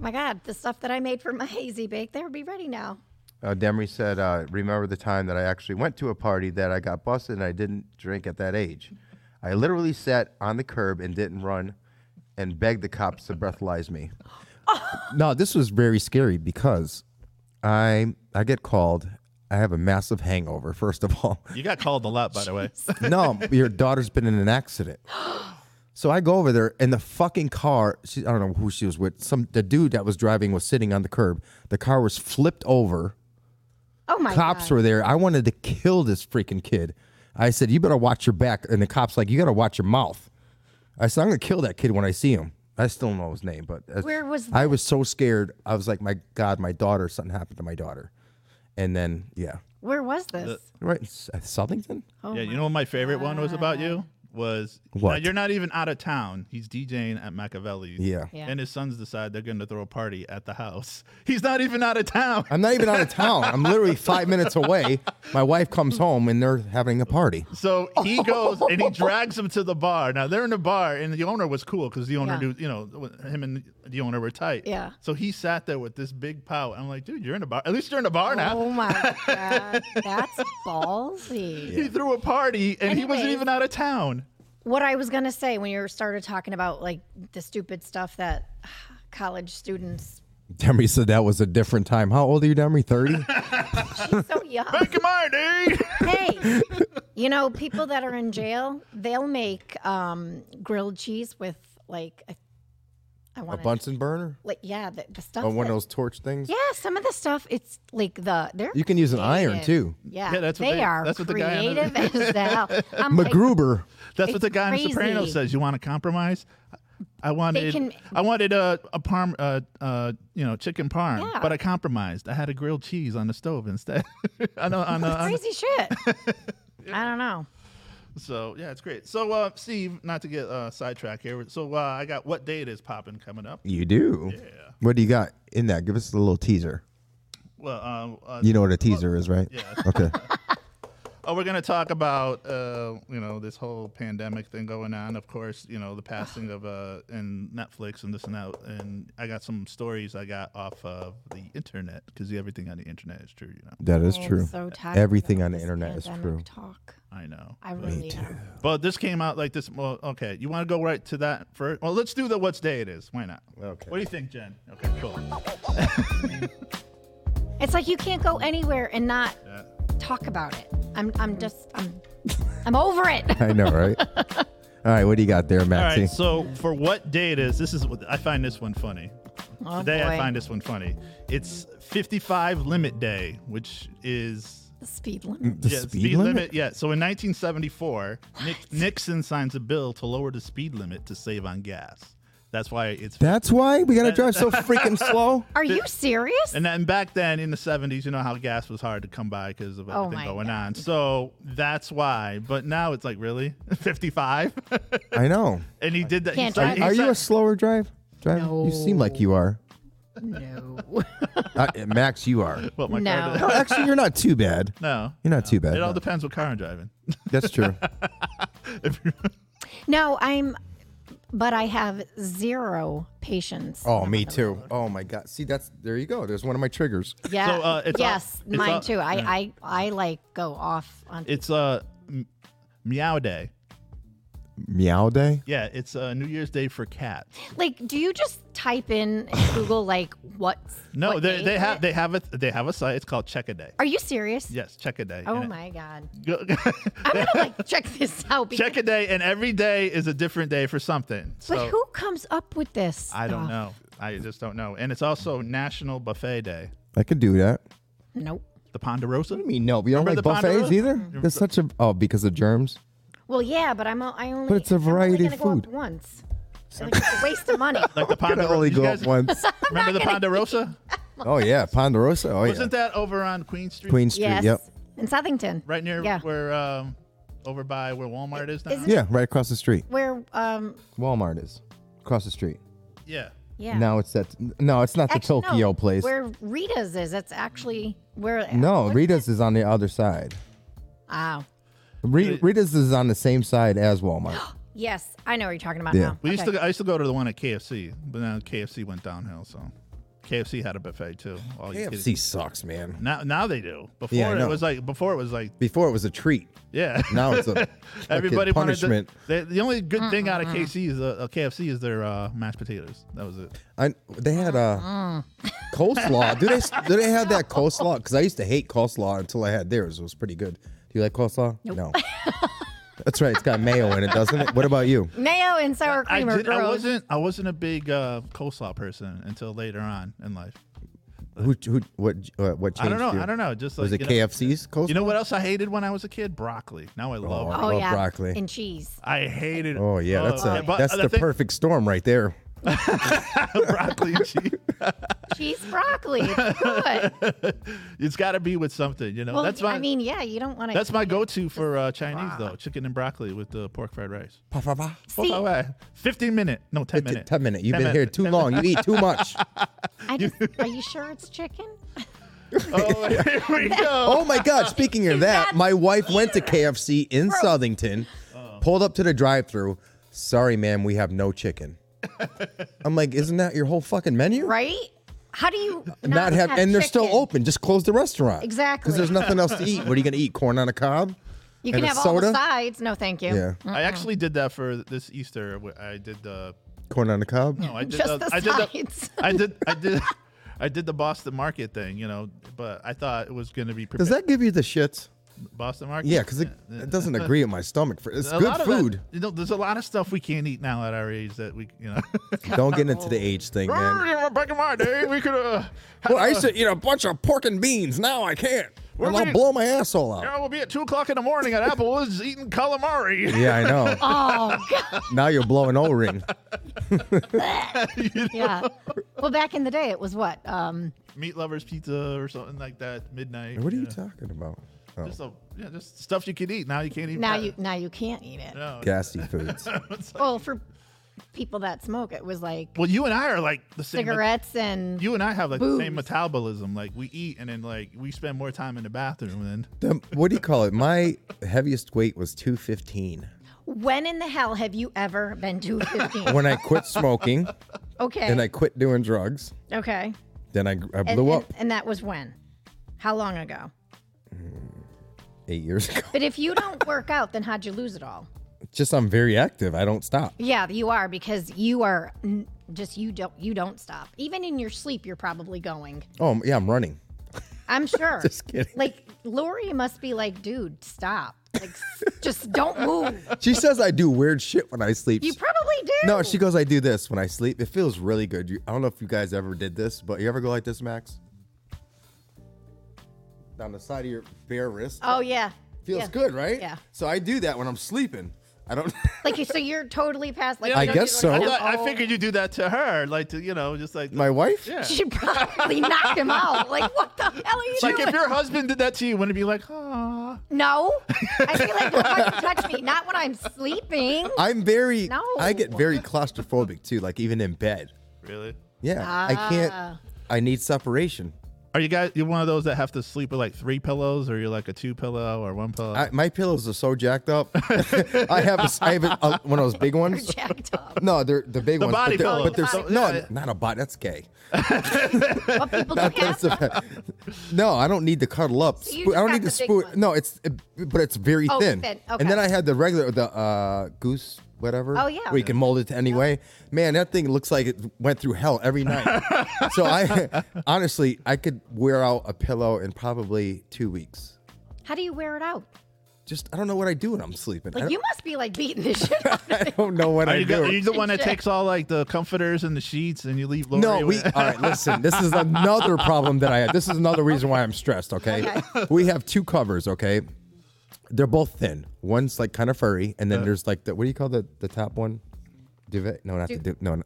S10: my God, the stuff that I made for my hazy bake, they would be ready now.
S11: uh, Demery said, uh, "Remember the time that I actually went to a party that I got busted and I didn't drink at that age. I literally sat on the curb and didn't run, and begged the cops to breathalyze me."
S3: No, this was very scary because I I get called. I have a massive hangover. First of all,
S9: you got called a lot, by the way.
S3: no, your daughter's been in an accident. So I go over there, and the fucking car. She, I don't know who she was with. Some the dude that was driving was sitting on the curb. The car was flipped over.
S10: Oh my
S3: cops were there. I wanted to kill this freaking kid. I said, "You better watch your back." And the cops like, "You got to watch your mouth." I said, "I'm gonna kill that kid when I see him." I still don't know his name, but that's-
S10: Where was
S3: I was so scared. I was like, "My God, my daughter! Something happened to my daughter." And then, yeah,
S10: Where was this?
S3: right, S- uh, Southington.
S10: Oh
S9: yeah, you know what my favorite one was about you was now
S3: What?
S9: you're not even out of town. He's DJing at Machiavelli's.
S3: Yeah.
S10: Yeah.
S9: And his sons decide they're going to throw a party at the house. He's not even out of town.
S3: I'm not even out of town. I'm literally five minutes away. My wife comes home and they're having a party.
S9: So he goes and he drags him to the bar. Now they're in the bar, and the owner was cool because the owner
S10: Yeah.
S9: knew, you know, him and the owner were tight.
S10: Yeah.
S9: So he sat there with this big pout. I'm like, dude, you're in a bar. At least you're in a bar now.
S10: Oh my god, that's ballsy.
S9: He threw a party and he wasn't
S10: Anyways.
S9: even out of town.
S10: What I was gonna say when you started talking about like the stupid stuff that college students
S3: Demery said that was a different time. How old are you, Demery? 30?
S10: so young.
S9: Come on, dude.
S10: hey, you know, people that are in jail, they'll make um, grilled cheese with like a, I
S3: a
S10: want
S3: Bunsen burner?
S10: Like, yeah, the, the stuff.
S3: Or Oh, one of
S10: that-
S3: those torch things?
S10: yeah, some of the stuff it's like the they're
S3: You can use an iron,
S10: creative.
S3: too.
S10: Yeah,
S9: Yeah, that's what
S10: they,
S9: they-
S10: are
S9: that's what the guy on the-
S10: creative as hell. I'm like,
S3: MacGruber.
S9: That's what the guy in
S10: It's
S9: The Sopranos
S10: crazy.
S9: says. You want to compromise? I wanted,
S10: can-
S9: I wanted a a parm, uh, uh, you know, chicken parm,
S10: Yeah.
S9: but I compromised. I had a grilled cheese on the stove instead. I know, I know, I know.
S10: crazy shit. I don't know.
S9: So yeah, it's great. So uh, Steve, not to get uh, sidetracked here. So uh, I got what date is popping coming up?
S3: You do. What do you got in that? Give us a little teaser.
S9: Well, uh, uh,
S3: You know what a teaser is, right? Yeah. Okay.
S9: Oh, we're gonna talk about uh, you know this whole pandemic thing going on. Of course, you know the passing of uh and Netflix and this and that. And I got some stories I got off of the internet because everything on the internet is true. You know,
S3: That is
S10: I am
S3: true. E-,
S10: so tired
S3: Everything
S10: of
S3: on the
S10: this
S3: internet is
S10: pandemic
S3: true.
S10: Talk.
S9: I know.
S10: I really am.
S9: But this came out like this. Well, okay, you want to go right to that first? Well, let's do the what's day it is. Why not?
S3: Okay.
S9: What do you think, Jen? Okay, cool.
S10: It's like you can't go anywhere and not
S9: Yeah.
S10: talk about it. I'm I'm just I'm I'm over it.
S3: I know, right? All right, what do you got there,
S9: All
S3: Maxie?
S9: right. So for what day it is, this is what I find this one funny.
S10: Oh,
S9: Today I
S10: boy.
S9: find this one funny. It's 55 limit day, which is
S10: The speed limit.
S3: the
S9: yeah,
S3: speed, limit?
S9: Yeah. So in 1974, Nick, Nixon signs a bill to lower the speed limit to save on gas. That's why it's
S3: That's why we gotta drive so freaking slow.
S10: Are you serious?
S9: And then back then in the 70s, you know how gas was hard to come by because of
S10: Oh
S9: everything
S10: my
S9: going on. So that's why. But now it's like, really? 55?
S3: I know.
S9: and he did that.
S10: Can't
S9: he
S10: drive.
S9: he
S3: Are you a
S9: said-
S3: slower drive? Drive? You seem like you are.
S10: no.
S3: Uh, Max, you are.
S9: What, Oh my car
S10: No.
S9: did-
S3: No, actually, you're not too bad.
S9: No.
S3: You're not too bad.
S9: It all
S3: no.
S9: depends what car I'm driving.
S3: That's true.
S9: If you're-
S10: No, I'm but I have zero patience.
S3: Oh, me too. Oh my God. See, that's there. You go. There's one of my triggers.
S10: Yeah.
S9: So, uh, it's all-
S10: yes,
S9: it's
S10: mine
S9: all-
S10: too. I, I I like go off on
S9: it's uh, m- meow day.
S3: Meow day.
S9: Yeah, it's uh, New Year's Day for cats.
S10: like do you just type in in Google like what
S9: No,
S10: what
S9: they,
S10: day
S9: they
S10: is
S9: have
S10: it?
S9: they have a they have a site. It's called Check a Day.
S10: Are you serious?
S9: Yes, Check a Day.
S10: Oh
S9: And it-
S10: my god.
S9: Go-
S10: I'm gonna like check this out because
S9: check a Day, and every day is a different day for something. So
S10: But who comes up with this?
S9: I don't
S10: stuff?
S9: know. I just don't know. And it's also National Buffet Day.
S3: I could do that.
S10: Nope.
S9: The Ponderosa.
S3: I mean, no, but you don't
S9: Remember
S3: like
S9: the
S3: buffets
S9: Ponderosa?
S3: either. That's such a oh because of germs.
S10: Well, yeah, but I'm o- I only.
S3: But it's a
S10: I'm only
S3: variety of
S10: gonna go up
S3: food.
S10: once. It's like it's a waste of money.
S9: Like the
S3: Can I
S9: Ponderosa.
S3: only
S9: you
S3: go
S9: guys
S3: up once?
S9: Remember the Ponderosa?
S3: oh yeah, Ponderosa. Oh yeah,
S9: Wasn't that over on Queen Street?
S3: Queen Street.
S10: yes.
S3: Yep.
S10: In Southington.
S9: Right near
S10: Yeah.
S9: where um, over by where Walmart is now.
S10: Isn't-
S3: Yeah, right across the street.
S10: Where um
S3: Walmart is across the street.
S9: yeah.
S10: yeah.
S3: Now it's that. No, it's not the
S10: Actually, no,
S3: Tokyo place.
S10: Where Rita's is. It's actually where.
S3: no,
S10: what is
S3: Rita's
S10: it?
S3: is on the other side.
S10: Oh.
S3: Re- Rita's is on the same side as Walmart.
S10: Yes, I know what you're talking about
S3: Yeah.
S10: now.
S9: We used
S10: Okay.
S9: to. I used to go to the one at KFC, but now KFC went downhill. So KFC had a buffet too. All you kidding.
S3: sucks, man.
S9: Now, now they do. Before
S3: Yeah, I
S9: it
S3: know.
S9: was like. Before it was like.
S3: Before it was a treat.
S9: Yeah.
S3: Now it's a
S9: Everybody wanted to-
S3: fucking punishment.
S9: they- the only good thing out of KFC is uh, uh, KFC is their uh, mashed potatoes. That was it.
S3: I, they had a coleslaw. Do they do they have that coleslaw? Because I used to hate coleslaw until I had theirs. It was pretty good. Do you like coleslaw? No. That's right. It's got mayo in it, doesn't it? What about you?
S10: Mayo and sour cream
S9: I
S10: are
S9: did. I
S10: gross.
S9: wasn't. I wasn't a big uh, coleslaw person until later on in life.
S3: Who who what uh, what changed
S9: I don't know.
S3: you?
S9: I don't know. Just like
S3: Was it
S9: you know-
S3: KFC's coleslaw?
S9: You know what else I hated when I was a kid? Broccoli. Now I love.
S3: Oh.
S9: it.
S10: Oh
S3: Love
S10: yeah.
S3: broccoli.
S10: And cheese.
S9: I hated.
S3: Oh yeah, that's
S9: uh,
S3: a,
S9: but
S3: that's the
S9: thing-
S3: perfect storm right there.
S9: broccoli and cheese.
S10: Cheese broccoli. It's good.
S9: it's got to be with something, you know.
S10: well,
S9: that's my
S10: I mean, yeah, you don't want to.
S9: that's my go-to for uh, Chinese though, chicken and broccoli with the pork fried rice.
S10: See,
S9: Oh, uh, Fifteen minute, no, ten minute.
S3: Ten minute. You've
S9: 10
S3: been here too long. You eat too much.
S10: I just, are you sure it's chicken?
S9: Oh, here we go.
S3: Oh my God! Speaking of that,
S10: That's
S3: my wife went to KFC in Southington, pulled up to the drive-through. Sorry, ma'am, we have no chicken. I'm like, isn't that your whole fucking menu?
S10: right? How do you not,
S3: Not have, and they're still
S10: chicken?
S3: open. Just close the restaurant.
S10: Exactly.
S3: Because there's nothing else to eat. What are you gonna eat? Corn on a cob?
S10: You can
S3: And a
S10: have all
S3: soda?
S10: the sides. No, thank you.
S3: Yeah.
S9: I actually did that for this Easter. wh- I did the
S3: Corn on a cob?
S9: no, I did
S10: Just the
S9: I did
S10: sides.
S9: I did I did I did the Boston Market thing, you know, but I thought it was going to be prepared.
S3: Does that give you the shits?
S9: Boston Market?
S3: Yeah, because it, it doesn't agree with my stomach. For, it's
S9: A
S3: good
S9: lot of it-
S3: food.
S9: you know, there's a lot of stuff we can't eat now at our age that we, you know.
S3: Don't get into the age thing, man.
S9: Back in my day, we could. Uh,
S3: Well, I used to eat a bunch of pork and beans. Now I can't.
S9: What
S3: And
S9: do you
S3: I'll
S9: mean?
S3: blow my asshole out.
S9: Yeah, we'll be at two o'clock in the morning at Applewood's eating calamari.
S3: Yeah, I know.
S10: Oh God.
S3: now you're blowing O ring.
S10: Yeah. Well, back in the day, it was what? Um,
S9: Meat lovers pizza or something like that. Midnight.
S3: What are you
S9: yeah.
S3: talking about? Oh,
S9: Just, a, yeah, just stuff you could eat. Now you can't eat.
S10: now
S9: that.
S10: you now you can't eat it.
S9: No.
S3: gassy foods.
S10: Well, for people that smoke, it was like
S9: Well, you and I are like the same.
S10: cigarettes and
S9: You and I have like the same
S10: Booze.
S9: metabolism. Like we eat and then like we spend more time in the bathroom. And
S3: The- what do you call it? My heaviest weight was 215.
S10: when in the hell have you ever been to 15?
S3: When I quit smoking
S10: okay.
S3: and I quit doing drugs,
S10: okay.
S3: then I, I
S10: And,
S3: blew
S10: and-
S3: up
S10: and that was when? How long ago?
S3: eight years ago.
S10: But if you don't work out, then how'd you lose it all?
S3: Just I'm very active. I don't stop.
S10: Yeah, you are because you are n- just you don't you don't stop. Even in your sleep, you're probably going.
S3: Oh, yeah, I'm running.
S10: I'm sure.
S3: Just kidding.
S10: Like Lori must be like, dude, stop. Like, s- just don't move.
S3: She says I do weird shit when I sleep.
S10: You probably do.
S3: no, she goes, I do this when I sleep. It feels really good. You, I don't know if you guys ever did this, but you ever go like this, Max? Down the side of your bare wrist.
S10: Oh yeah.
S3: Feels
S10: Yeah.
S3: good, right?
S10: Yeah.
S3: So I do that when I'm sleeping. I don't.
S10: Like so, you're totally past. Like
S9: Yeah,
S3: I
S10: you don't
S3: guess so.
S10: even
S9: I,
S10: have
S9: thought, I
S10: all-
S9: figured you do that to her, like to you know, just like
S3: My wife?
S9: Yeah.
S10: She probably knocked him out. Like what the hell are you
S9: Like
S10: doing?
S9: if your husband did that to you, wouldn't it be like, ah?
S10: no, I feel like don't fucking touch me. Not when I'm sleeping.
S3: I'm very.
S10: No.
S3: I get very claustrophobic too, like even in bed.
S9: Really?
S3: Yeah, I can't.
S10: Ah.
S3: I need separation.
S9: Are you guys? You're one of those that have to sleep with like three pillows, or you're like a two pillow or one pillow?
S3: I, my pillows are so jacked up. I have a, s- I have a, a, one of those big ones.
S10: Jacked up.
S3: No, they're the big
S9: The
S3: ones.
S9: body
S3: but they're,
S9: pillows.
S3: but they're so,
S9: Body-
S3: no,
S9: yeah.
S3: not a body. That's gay.
S10: What people do
S3: That's
S10: have.
S3: a, no, I don't need to cuddle up.
S10: you
S3: Spoo- I
S10: just
S3: don't
S10: got
S3: need to
S10: the big
S3: spoon.
S10: ones.
S3: No, it's it- but it's very
S10: Oh,
S3: thin.
S10: thin,
S3: And then
S10: okay.
S3: I had the regular the uh, goose whatever.
S10: Oh, yeah.
S3: where you can mold it to any way. Man, that thing looks like it went through hell every night. so I honestly, I could wear out a pillow in probably two weeks.
S10: How do you wear it out?
S3: Just uh, I don't know what I do when I'm sleeping. I,
S10: Like
S3: don't,
S10: you must be like beating the shit out.
S3: I don't know what
S9: are
S3: I
S9: you,
S3: do.
S9: go- are you the one that
S10: Shit.
S9: takes all like the comforters and the sheets, and you leave Lori?
S3: No, we.
S9: with-
S3: All right, listen. This is another problem that I had. This is another reason why I'm stressed. Okay, we have two covers. Okay, they're both thin. One's like kind of furry, and then there's like the what do you call the the top one? Duvet? No, not the duvet. No, no.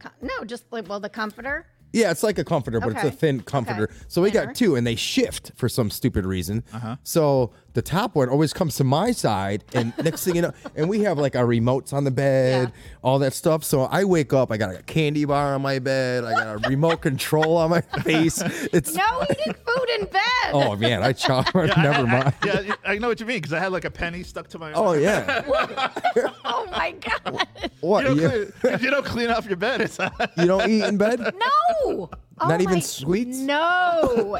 S10: Co- No, just like well, the comforter.
S3: Yeah, it's like a comforter, but it's a
S10: Okay.
S3: thin comforter.
S10: Okay.
S3: So we
S10: Fair.
S3: got two, and they shift for some stupid reason. Uh-huh. So the top one always comes to my side, and next thing you know, and we have like our remotes on the bed, all that stuff. So I wake up, I got a candy bar on my bed, I got a remote control on my face. It's
S10: No eating food in bed.
S3: oh man, I chop. Never mind.
S9: yeah, I know what you mean because I had like a penny stuck to my.
S3: Oh yeah,
S10: Oh my god.
S3: what
S9: You
S3: you,
S9: don't, clean, if you don't clean off your bed, it's
S3: you don't eat in bed?
S10: No. Oh
S3: Not even sweets?
S10: No.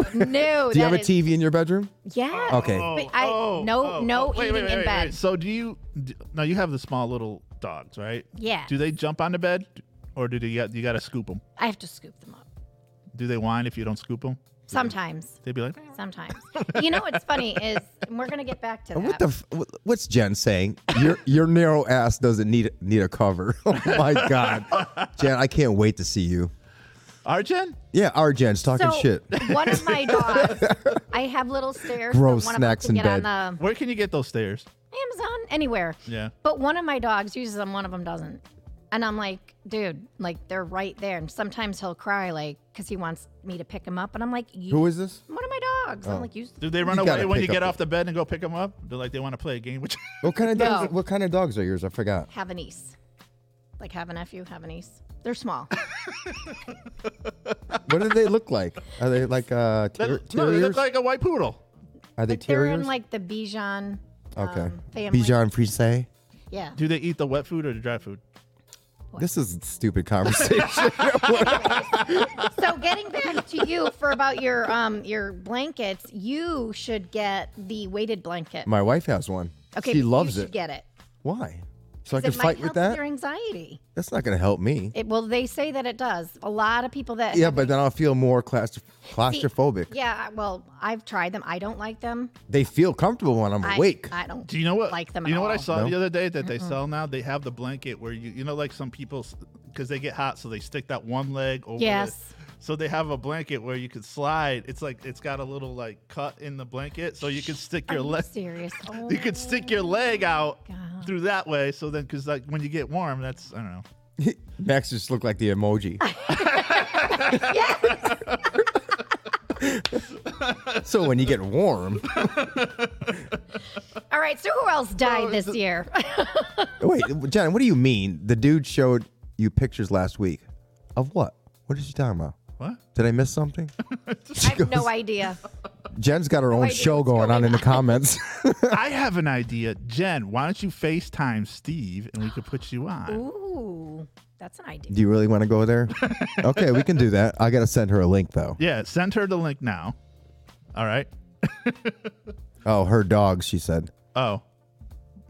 S10: No.
S3: Do you have a
S10: that is-
S3: TV in your bedroom?
S10: Yeah.
S3: Okay.
S10: But I
S9: oh,
S10: no
S9: oh,
S10: no
S9: oh. Wait,
S10: eating
S9: wait, wait,
S10: in
S9: wait,
S10: bed.
S9: wait. So do you? d now you have the small little dogs, right?
S10: Yeah.
S9: Do they jump on the bed, or do you you got to scoop them?
S10: I have to scoop them up.
S9: Do they whine if you don't scoop them?
S10: Sometimes.
S9: They'd be like,
S10: Sometimes. you know what's funny is and we're gonna get back to that.
S3: What the? F- wh- what's Jen saying? Your your narrow ass doesn't need need a cover. Oh my god, Jen, I can't wait to see you.
S9: Arjen?
S3: Yeah, our Jen's talking
S10: so
S3: shit.
S10: one of my dogs, I have little stairs.
S3: Gross
S10: so one
S3: snacks
S10: of
S3: in
S10: them can get
S3: bed.
S10: on the
S9: Where can you get those stairs?
S10: Amazon anywhere.
S9: Yeah.
S10: But one of my dogs uses them, one of them doesn't. And I'm like, dude, like they're right there. And sometimes he'll cry, like, because he wants me to pick him up. And I'm like, you,
S3: Who is Oh. this?
S10: one of my dogs. I'm like, use
S9: Do they run
S3: gotta
S9: away when you
S3: pick up
S9: get
S3: the-
S9: off the bed and go pick them up? They're like they want to play a game with you.
S3: What kind of dogs?
S10: No.
S3: What kind of dogs are yours? I forgot.
S10: have a niece. Like have a nephew, have a niece. They're small.
S3: What do they look like? Are they like uh ter-
S9: no, they
S3: terriers?
S9: look like a white poodle.
S3: are they
S10: But they're in
S3: terriers?
S10: like the Bichon.
S3: okay.
S10: family.
S3: Bichon Frise.
S10: Yeah.
S9: Do they eat the wet food or the dry food?
S3: This is a stupid conversation.
S10: So getting back to you for about your um your blankets, you should get the weighted blanket.
S3: My wife has one.
S10: okay,
S3: she
S10: you
S3: loves
S10: should
S3: it.
S10: Get it.
S3: Why? So I
S10: 'Cause
S3: can
S10: it might
S3: fight
S10: help
S3: with that?
S10: Your anxiety.
S3: That's not going to help me.
S10: It well, they say that it does. A lot of people that
S3: Yeah, but then I'll feel more claustro-
S10: See,
S3: claustrophobic.
S10: Yeah, well, I've tried them. I don't like them.
S3: They feel comfortable when I'm
S10: I-
S3: awake.
S10: I don't.
S9: Do you know what?
S10: like them?
S9: You
S10: at
S9: know what I
S10: all.
S9: saw the
S3: No?
S9: other day that they sell now? They have the blanket where you, you know, like some people, because they get hot, so they stick that one leg over. it.
S10: Yes.
S9: So they have a blanket where you could slide. It's like it's got a little like cut in the blanket, so you can stick
S10: Are
S9: your
S10: you
S9: leg.
S10: serious? Oh,
S9: You could stick your leg out
S10: God.
S9: through that way. So then, because like when you get warm, that's I don't know.
S3: Max just looked like the emoji. so when you get warm,
S10: All right. So who
S9: Oh,
S10: else died this year?
S3: wait, John, what do you mean? The dude showed you pictures last week of what? What is she talking about?
S9: What?
S3: Did I miss something?
S10: I have no idea.
S3: Jen's got her own
S10: idea
S3: show
S10: what's
S3: going, on
S10: going
S3: in the comments.
S9: I have an idea, Jen. Why don't you FaceTime Steve and we could put you on?
S10: Ooh, that's an idea.
S3: do you really want to go there? Okay, we can do that. I gotta send her a link though.
S9: Yeah, send her the link now. All right.
S3: Oh, her dog. She said.
S9: Oh.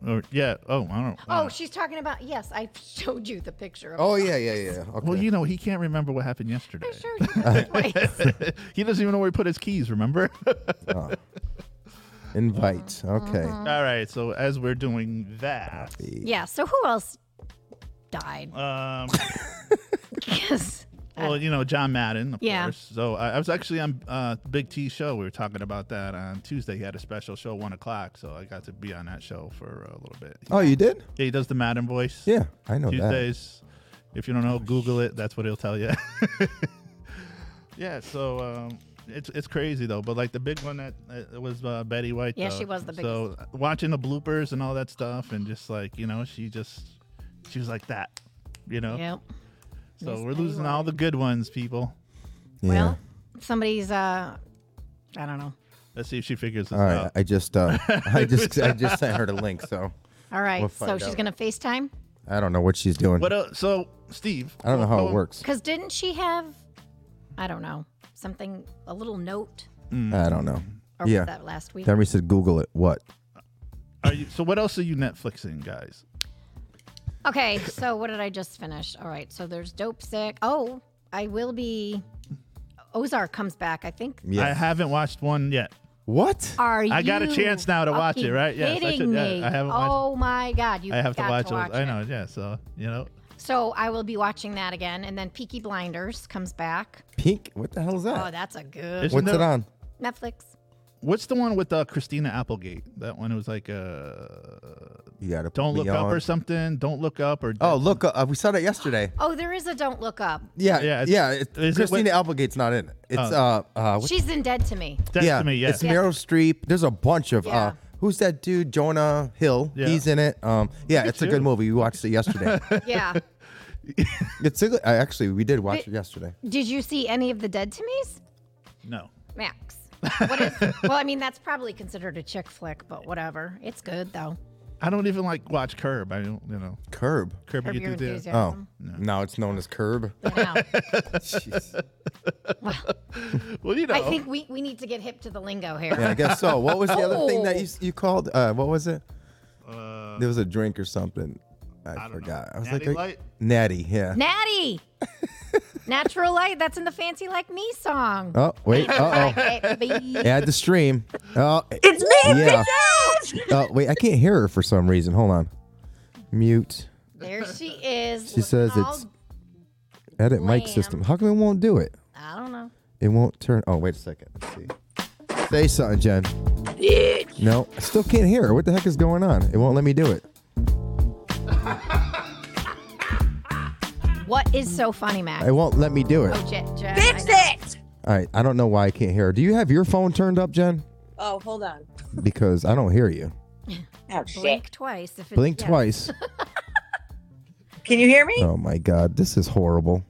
S9: Or yeah. Oh, I don't. I
S10: Oh,
S9: don't-
S10: she's talking about. Yes, I showed you the picture. Of
S3: Oh yeah, yeah, yeah. Okay.
S9: Well, you know, he can't remember what happened yesterday.
S10: I showed you that twice.
S9: he doesn't even know where he put his keys, remember?
S10: Uh-huh.
S3: Invite. Okay.
S10: Uh-huh.
S9: All right, so as we're doing that,
S10: yeah. So who else died?
S9: um,
S10: Yes.
S9: well, you know, John Madden, of
S10: Yeah.
S9: course. So I, I was actually on uh, Big T show. We were talking about that on Tuesday. He had a special show, one o'clock, so I got to be on that show for a little bit.
S3: Oh, you did?
S9: Yeah, he does the Madden voice.
S3: Yeah, I know Oh, that. Oh,
S9: Tuesdays. If you don't know, Google it. That's what he'll tell you. yeah. So um, it's it's crazy though. But like the big one that uh, was uh, Betty White.
S10: Yeah,
S9: though.
S10: she was the
S9: So watching the bloopers and all that stuff, and just like you know, she just she was like that. You know.
S10: Yep.
S9: so
S10: Miss
S9: we're
S10: Betty
S9: losing all the good ones, people.
S3: Yeah.
S10: Well, somebody's. uh I don't know.
S9: Let's see if she figures this
S3: All right,
S9: out.
S3: I just uh, I just I just sent her the link, so
S10: All right.
S3: We'll
S10: so
S3: find
S10: she's
S3: out.
S10: gonna Facetime
S3: I don't know what she's doing.
S9: What else? So Steve.
S3: I don't know how
S9: oh,
S3: it works.
S10: because didn't she have? I don't know something. A little note
S9: Hmm.
S3: I don't know.
S10: or was
S3: Yeah.
S10: that last week?
S3: Then we said Google it. What?
S9: Are you, so what else are you Netflixing, guys?
S10: Okay, so what did I just finish? All right, so there's Dope Sick. Oh, I will be. Ozark comes back, I think.
S3: Yeah.
S9: I haven't watched one yet.
S3: What?
S10: Are you?
S9: I got a chance now to watch it,
S10: fucking
S9: right? Yes, I
S10: Kidding
S9: should- yeah,
S10: me?
S9: I haven't watched-
S10: oh my god, you
S9: I have to
S10: got
S9: watch,
S10: to watch
S9: those. I
S10: it.
S9: know. Yeah. So you know.
S10: So I will be watching that again, and then Peaky Blinders comes back.
S3: Pink? What the hell is
S10: Oh,
S3: that?
S10: that's a good
S9: It's-
S3: What's it
S9: No.
S3: on?
S10: Netflix.
S9: What's the one with uh, Christina Applegate? That one was like, uh,
S3: You gotta put
S9: don't
S3: me
S9: look up
S3: on.
S9: or something. Don't look up or.
S3: Oh, look, uh, we saw that yesterday.
S10: Oh, there is a Don't Look Up.
S3: Yeah,
S9: Yeah,
S3: yeah,
S9: it's-
S3: yeah. It,
S9: is it
S3: Christina
S9: what-
S3: Applegate's not in it. It's uh, uh, what-
S10: She's in Dead to Me.
S9: That's
S3: yeah,
S9: to me. Yeah.
S3: it's Meryl Streep. There's a bunch of
S10: Yeah.
S3: uh, who's that dude? Jonah Hill.
S9: Yeah.
S3: He's in it. Um, yeah, it's a
S9: you.
S3: good movie. We watched it yesterday.
S10: Yeah.
S3: it's a good, I actually we did watch it yesterday.
S10: did you see any of the Dead to Me's,
S9: no.
S10: Max? What is? well, I mean, that's probably considered a chick flick, but whatever. It's good though.
S9: I don't even like watch Curb. I don't. You know.
S3: Curb.
S9: Curb,
S10: Curb
S9: you
S10: your
S9: do that.
S3: Oh,
S10: enthusiasm.
S3: now it's known as Curb.
S10: I know.
S3: Jeez.
S9: Well, you know.
S10: I think we, we need to get hip to the lingo here.
S3: Oh. Yeah, I guess so. What was the other thing that you
S10: Oh.
S3: you called? Uh, what was it?
S9: uh,
S3: There was a drink or something. I,
S9: don't know.
S3: forgot. I was
S9: Natty
S3: like,
S9: Light?
S3: Natty, yeah.
S10: Natty! Natural light, that's in the Fancy Like Me song.
S3: oh, wait. Uh oh.
S10: Like, baby.
S3: Add the stream. Oh, it's me. Yeah. Oh, wait. I can't hear her for some reason. Hold on. Mute.
S10: There she is.
S3: She says
S10: looking all-
S3: it's edit mic system. How come it won't do it?
S10: I don't know.
S3: It won't turn. Oh, wait a second. Let's see. Say something, Jen. No, I still can't hear her. What the heck is going on? It won't let me do it.
S10: What is so funny, Max?
S3: It won't let me do it.
S10: Oh, Jen, Jen, Fix it!
S3: All right. I don't know why I can't hear her. Do you have your phone turned up, Jen?
S12: Oh, hold on.
S3: Because I don't hear you.
S12: Oh, shit.
S10: Blink twice. If it,
S3: Blink
S10: yeah.
S3: twice.
S12: Can you hear me?
S3: Oh my God, this is horrible.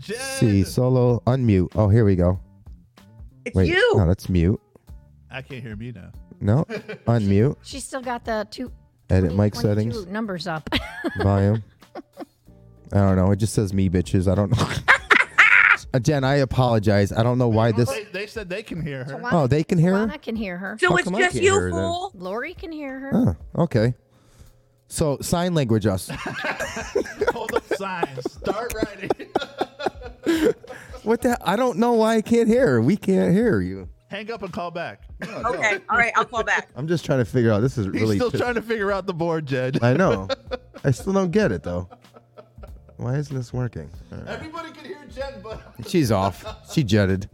S9: Jen,
S3: See, solo unmute. Oh, here we go.
S12: It's
S3: Wait,
S12: you.
S3: no, that's mute.
S9: I can't hear me now.
S3: No, unmute.
S10: She's still got the two
S3: Edit mic
S10: 22
S3: settings,
S10: numbers up.
S3: volume. I don't know. It just says me, bitches. I don't know. Uh, Jen, I apologize. I don't know why this.
S9: They, they said they can hear her.
S3: Oh, they can hear her?
S10: I can hear her.
S3: So How it's come I just can't you, hear her then? fool?
S10: Lori can hear her.
S3: Oh, okay. So sign language us.
S9: Hold up signs. Start writing.
S3: what the? I don't know why I can't hear. her. We can't hear you.
S9: Hang up and call back.
S12: Okay. All right. I'll call back.
S3: I'm just trying to figure out. This is
S9: He's
S3: really.
S9: still trying to figure out the board, Jed.
S3: I know. I still don't get it though. Why isn't this working? All right.
S9: Everybody can hear Jed, but
S3: She's off. She jetted.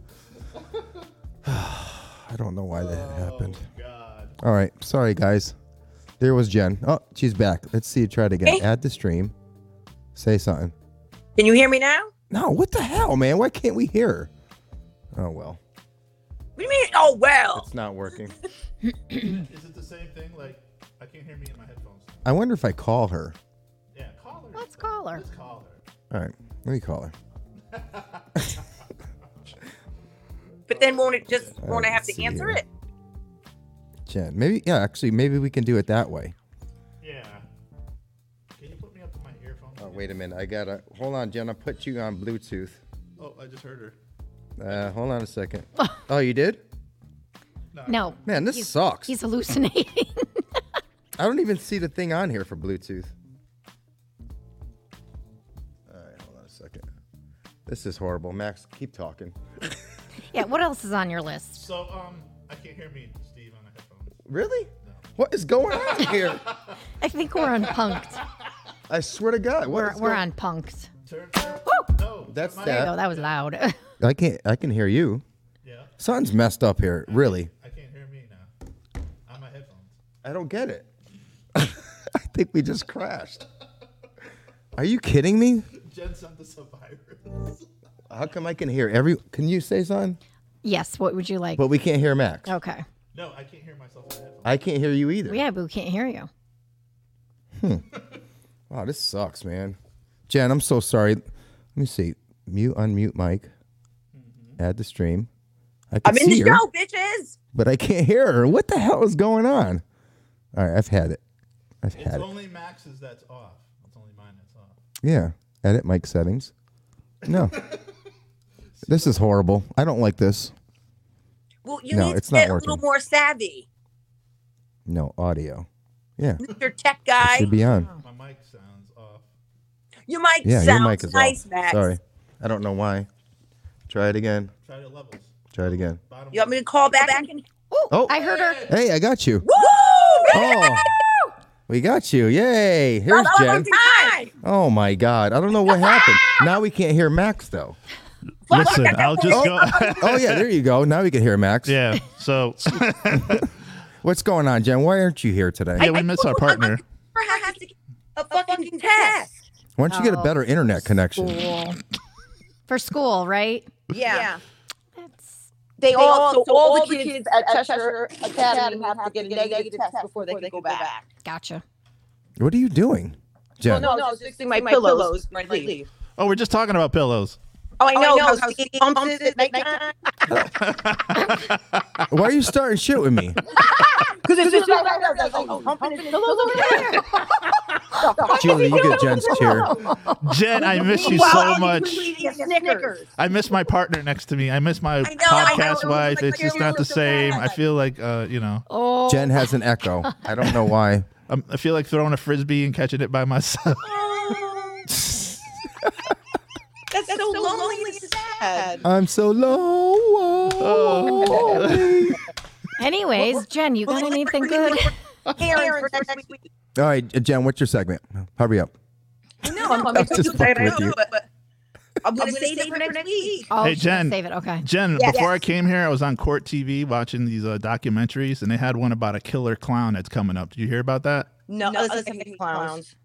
S3: I don't know why that
S9: Oh,
S3: happened. All right. Sorry, guys. There was Jen. Oh, she's back. Let's see you try it again.
S12: Hey.
S3: Add the stream. Say something.
S12: Can you hear me now?
S3: No, what the hell, man? Why can't we hear? her? Oh, well.
S12: What do you mean? Oh well.
S3: It's not working.
S9: is it the same thing? Like, I can't hear me in my headphones.
S3: I wonder if I call her.
S9: Yeah, call her.
S10: Let's call her.
S9: Let's call her.
S3: All right. Let me call her.
S12: But then won't it just won't I
S3: right,
S12: have
S3: Uh, let's see
S12: to answer
S3: here.
S12: it?
S3: Jen. Maybe, yeah, actually, maybe we can do it that way.
S9: Yeah. Can you put me up to my earphone?
S3: Oh, wait a minute. I got to. Hold on, Jen. I'll put you on Bluetooth.
S9: Oh, I just heard her.
S3: Uh, hold on a second. oh, you did?
S10: No.
S3: Man, this
S10: He's-
S3: sucks.
S10: He's hallucinating.
S3: I don't even see the thing on here for Bluetooth. All right, hold on a second. This is horrible. Max, keep talking.
S10: yeah. What else is on your list?
S9: So, um, I can't hear me, Steve, on the headphones.
S3: Really? What is going on here?
S10: I think we're unpunked.
S3: I swear to God. What
S10: We're,
S3: is
S10: we're
S3: going-
S10: unpunked.
S9: Turn.
S10: Woo!
S9: No.
S3: That's
S10: There you
S3: that.
S10: go. That was loud.
S3: I can't. I can hear you.
S9: Yeah.
S3: Something's messed up here. Really.
S9: I can't hear me now. On my headphones.
S3: I don't get it. I think we just crashed. Are you kidding me?
S9: Jen sent the survivor.
S3: How come I can hear every? Can you say something?
S10: yes. What would you like?
S3: But we can't hear Max.
S12: Oh.
S10: Okay.
S9: No, I can't hear myself on the headphones.
S3: I can't hear you either.
S10: Yeah, but we can't hear you.
S3: Wow, this sucks, man. Jen, I'm so sorry. Let me see. Mute, unmute mic. Add the stream. I can
S12: Mm-hmm. I'm in
S3: see
S12: the
S3: her,
S12: show, bitches.
S3: but I can't hear her. What the hell is going on? All right, I've had it. I've
S9: It's
S3: had it.
S9: only Max's that's off. It's only mine that's off.
S3: Yeah. Edit mic settings. No. this is horrible. I don't like this.
S12: Well, you
S3: No,
S12: need
S3: it's
S12: to
S3: not
S12: get a little
S3: working.
S12: more savvy,
S3: No audio. Yeah.
S12: Mr. Tech Guy.
S3: Should be on.
S9: My mic sounds off.
S12: Your mic
S3: Yeah,
S12: sounds
S3: your mic is
S12: nice,
S3: off.
S12: Max.
S3: Sorry. I don't know why. Try it again.
S9: Try the levels.
S3: Try it again.
S12: You want me to call back? and-
S3: Oh.
S10: I heard her.
S3: Hey, I got you.
S12: Woo!
S3: Oh. We got you. Yay. Here's Jen.
S12: Hi.
S3: Oh my God! I don't know what happened. Now we can't hear Max though.
S9: Listen, I'll just go.
S3: Oh yeah, there you go. Now we can hear Max.
S9: yeah. So
S3: What's going on, Jen? Why aren't you here today?
S9: yeah, we miss our partner.
S12: Perhaps has to get a fucking test.
S3: Why don't you get a better internet connection?
S10: School. For school, right?
S12: Yeah.
S13: They, all,
S12: all-
S13: so
S12: so
S13: all,
S12: all
S13: the kids, at Chester Academy, have, to get a negative, test before they, can go back.
S10: Gotcha.
S3: What are you doing, Jen?
S13: No, no, I was fixing my, pillows. when I leave.
S9: Oh, we're just talking about pillows.
S12: Oh, I know.
S13: know,
S12: how
S13: how
S12: she pumps it at nighttime.
S3: Why are you starting shit with me?
S13: Because it's just like, I was like, oh, pumping his pillows over there.
S3: Julie, you get Jen's chair.
S9: Jen, I miss you so much. I miss my partner next to me. I miss my
S12: know, I know. It
S9: podcast
S12: was
S9: wife.
S12: like
S9: It's just
S12: you're
S9: not the
S12: so
S9: same.
S12: bad.
S9: I feel like, uh, you know,
S10: Oh.
S3: Jen has an echo. I don't know why.
S9: I'm, I feel like throwing a frisbee and catching it by myself.
S12: That's, so, lonely and sad.
S3: I'm so
S9: Oh.
S3: low.
S10: Anyways, Jen, you got anything good?
S12: Karen for next week.
S3: All right, uh, Jen, what's your segment? Hurry up.
S12: No, I'm,
S3: I'm just fucking with you.
S12: but I'm gonna save it for next week.
S10: Oh,
S9: Hey,
S10: she's gonna
S9: Jen.
S10: Save it. Okay.
S9: Jen,
S12: Yes.
S9: before I
S12: Yes.
S9: came here, I was on Court TV watching these uh, documentaries, and they had one about a killer clown that's coming up. Did you hear about that?
S13: No, no this is clowns.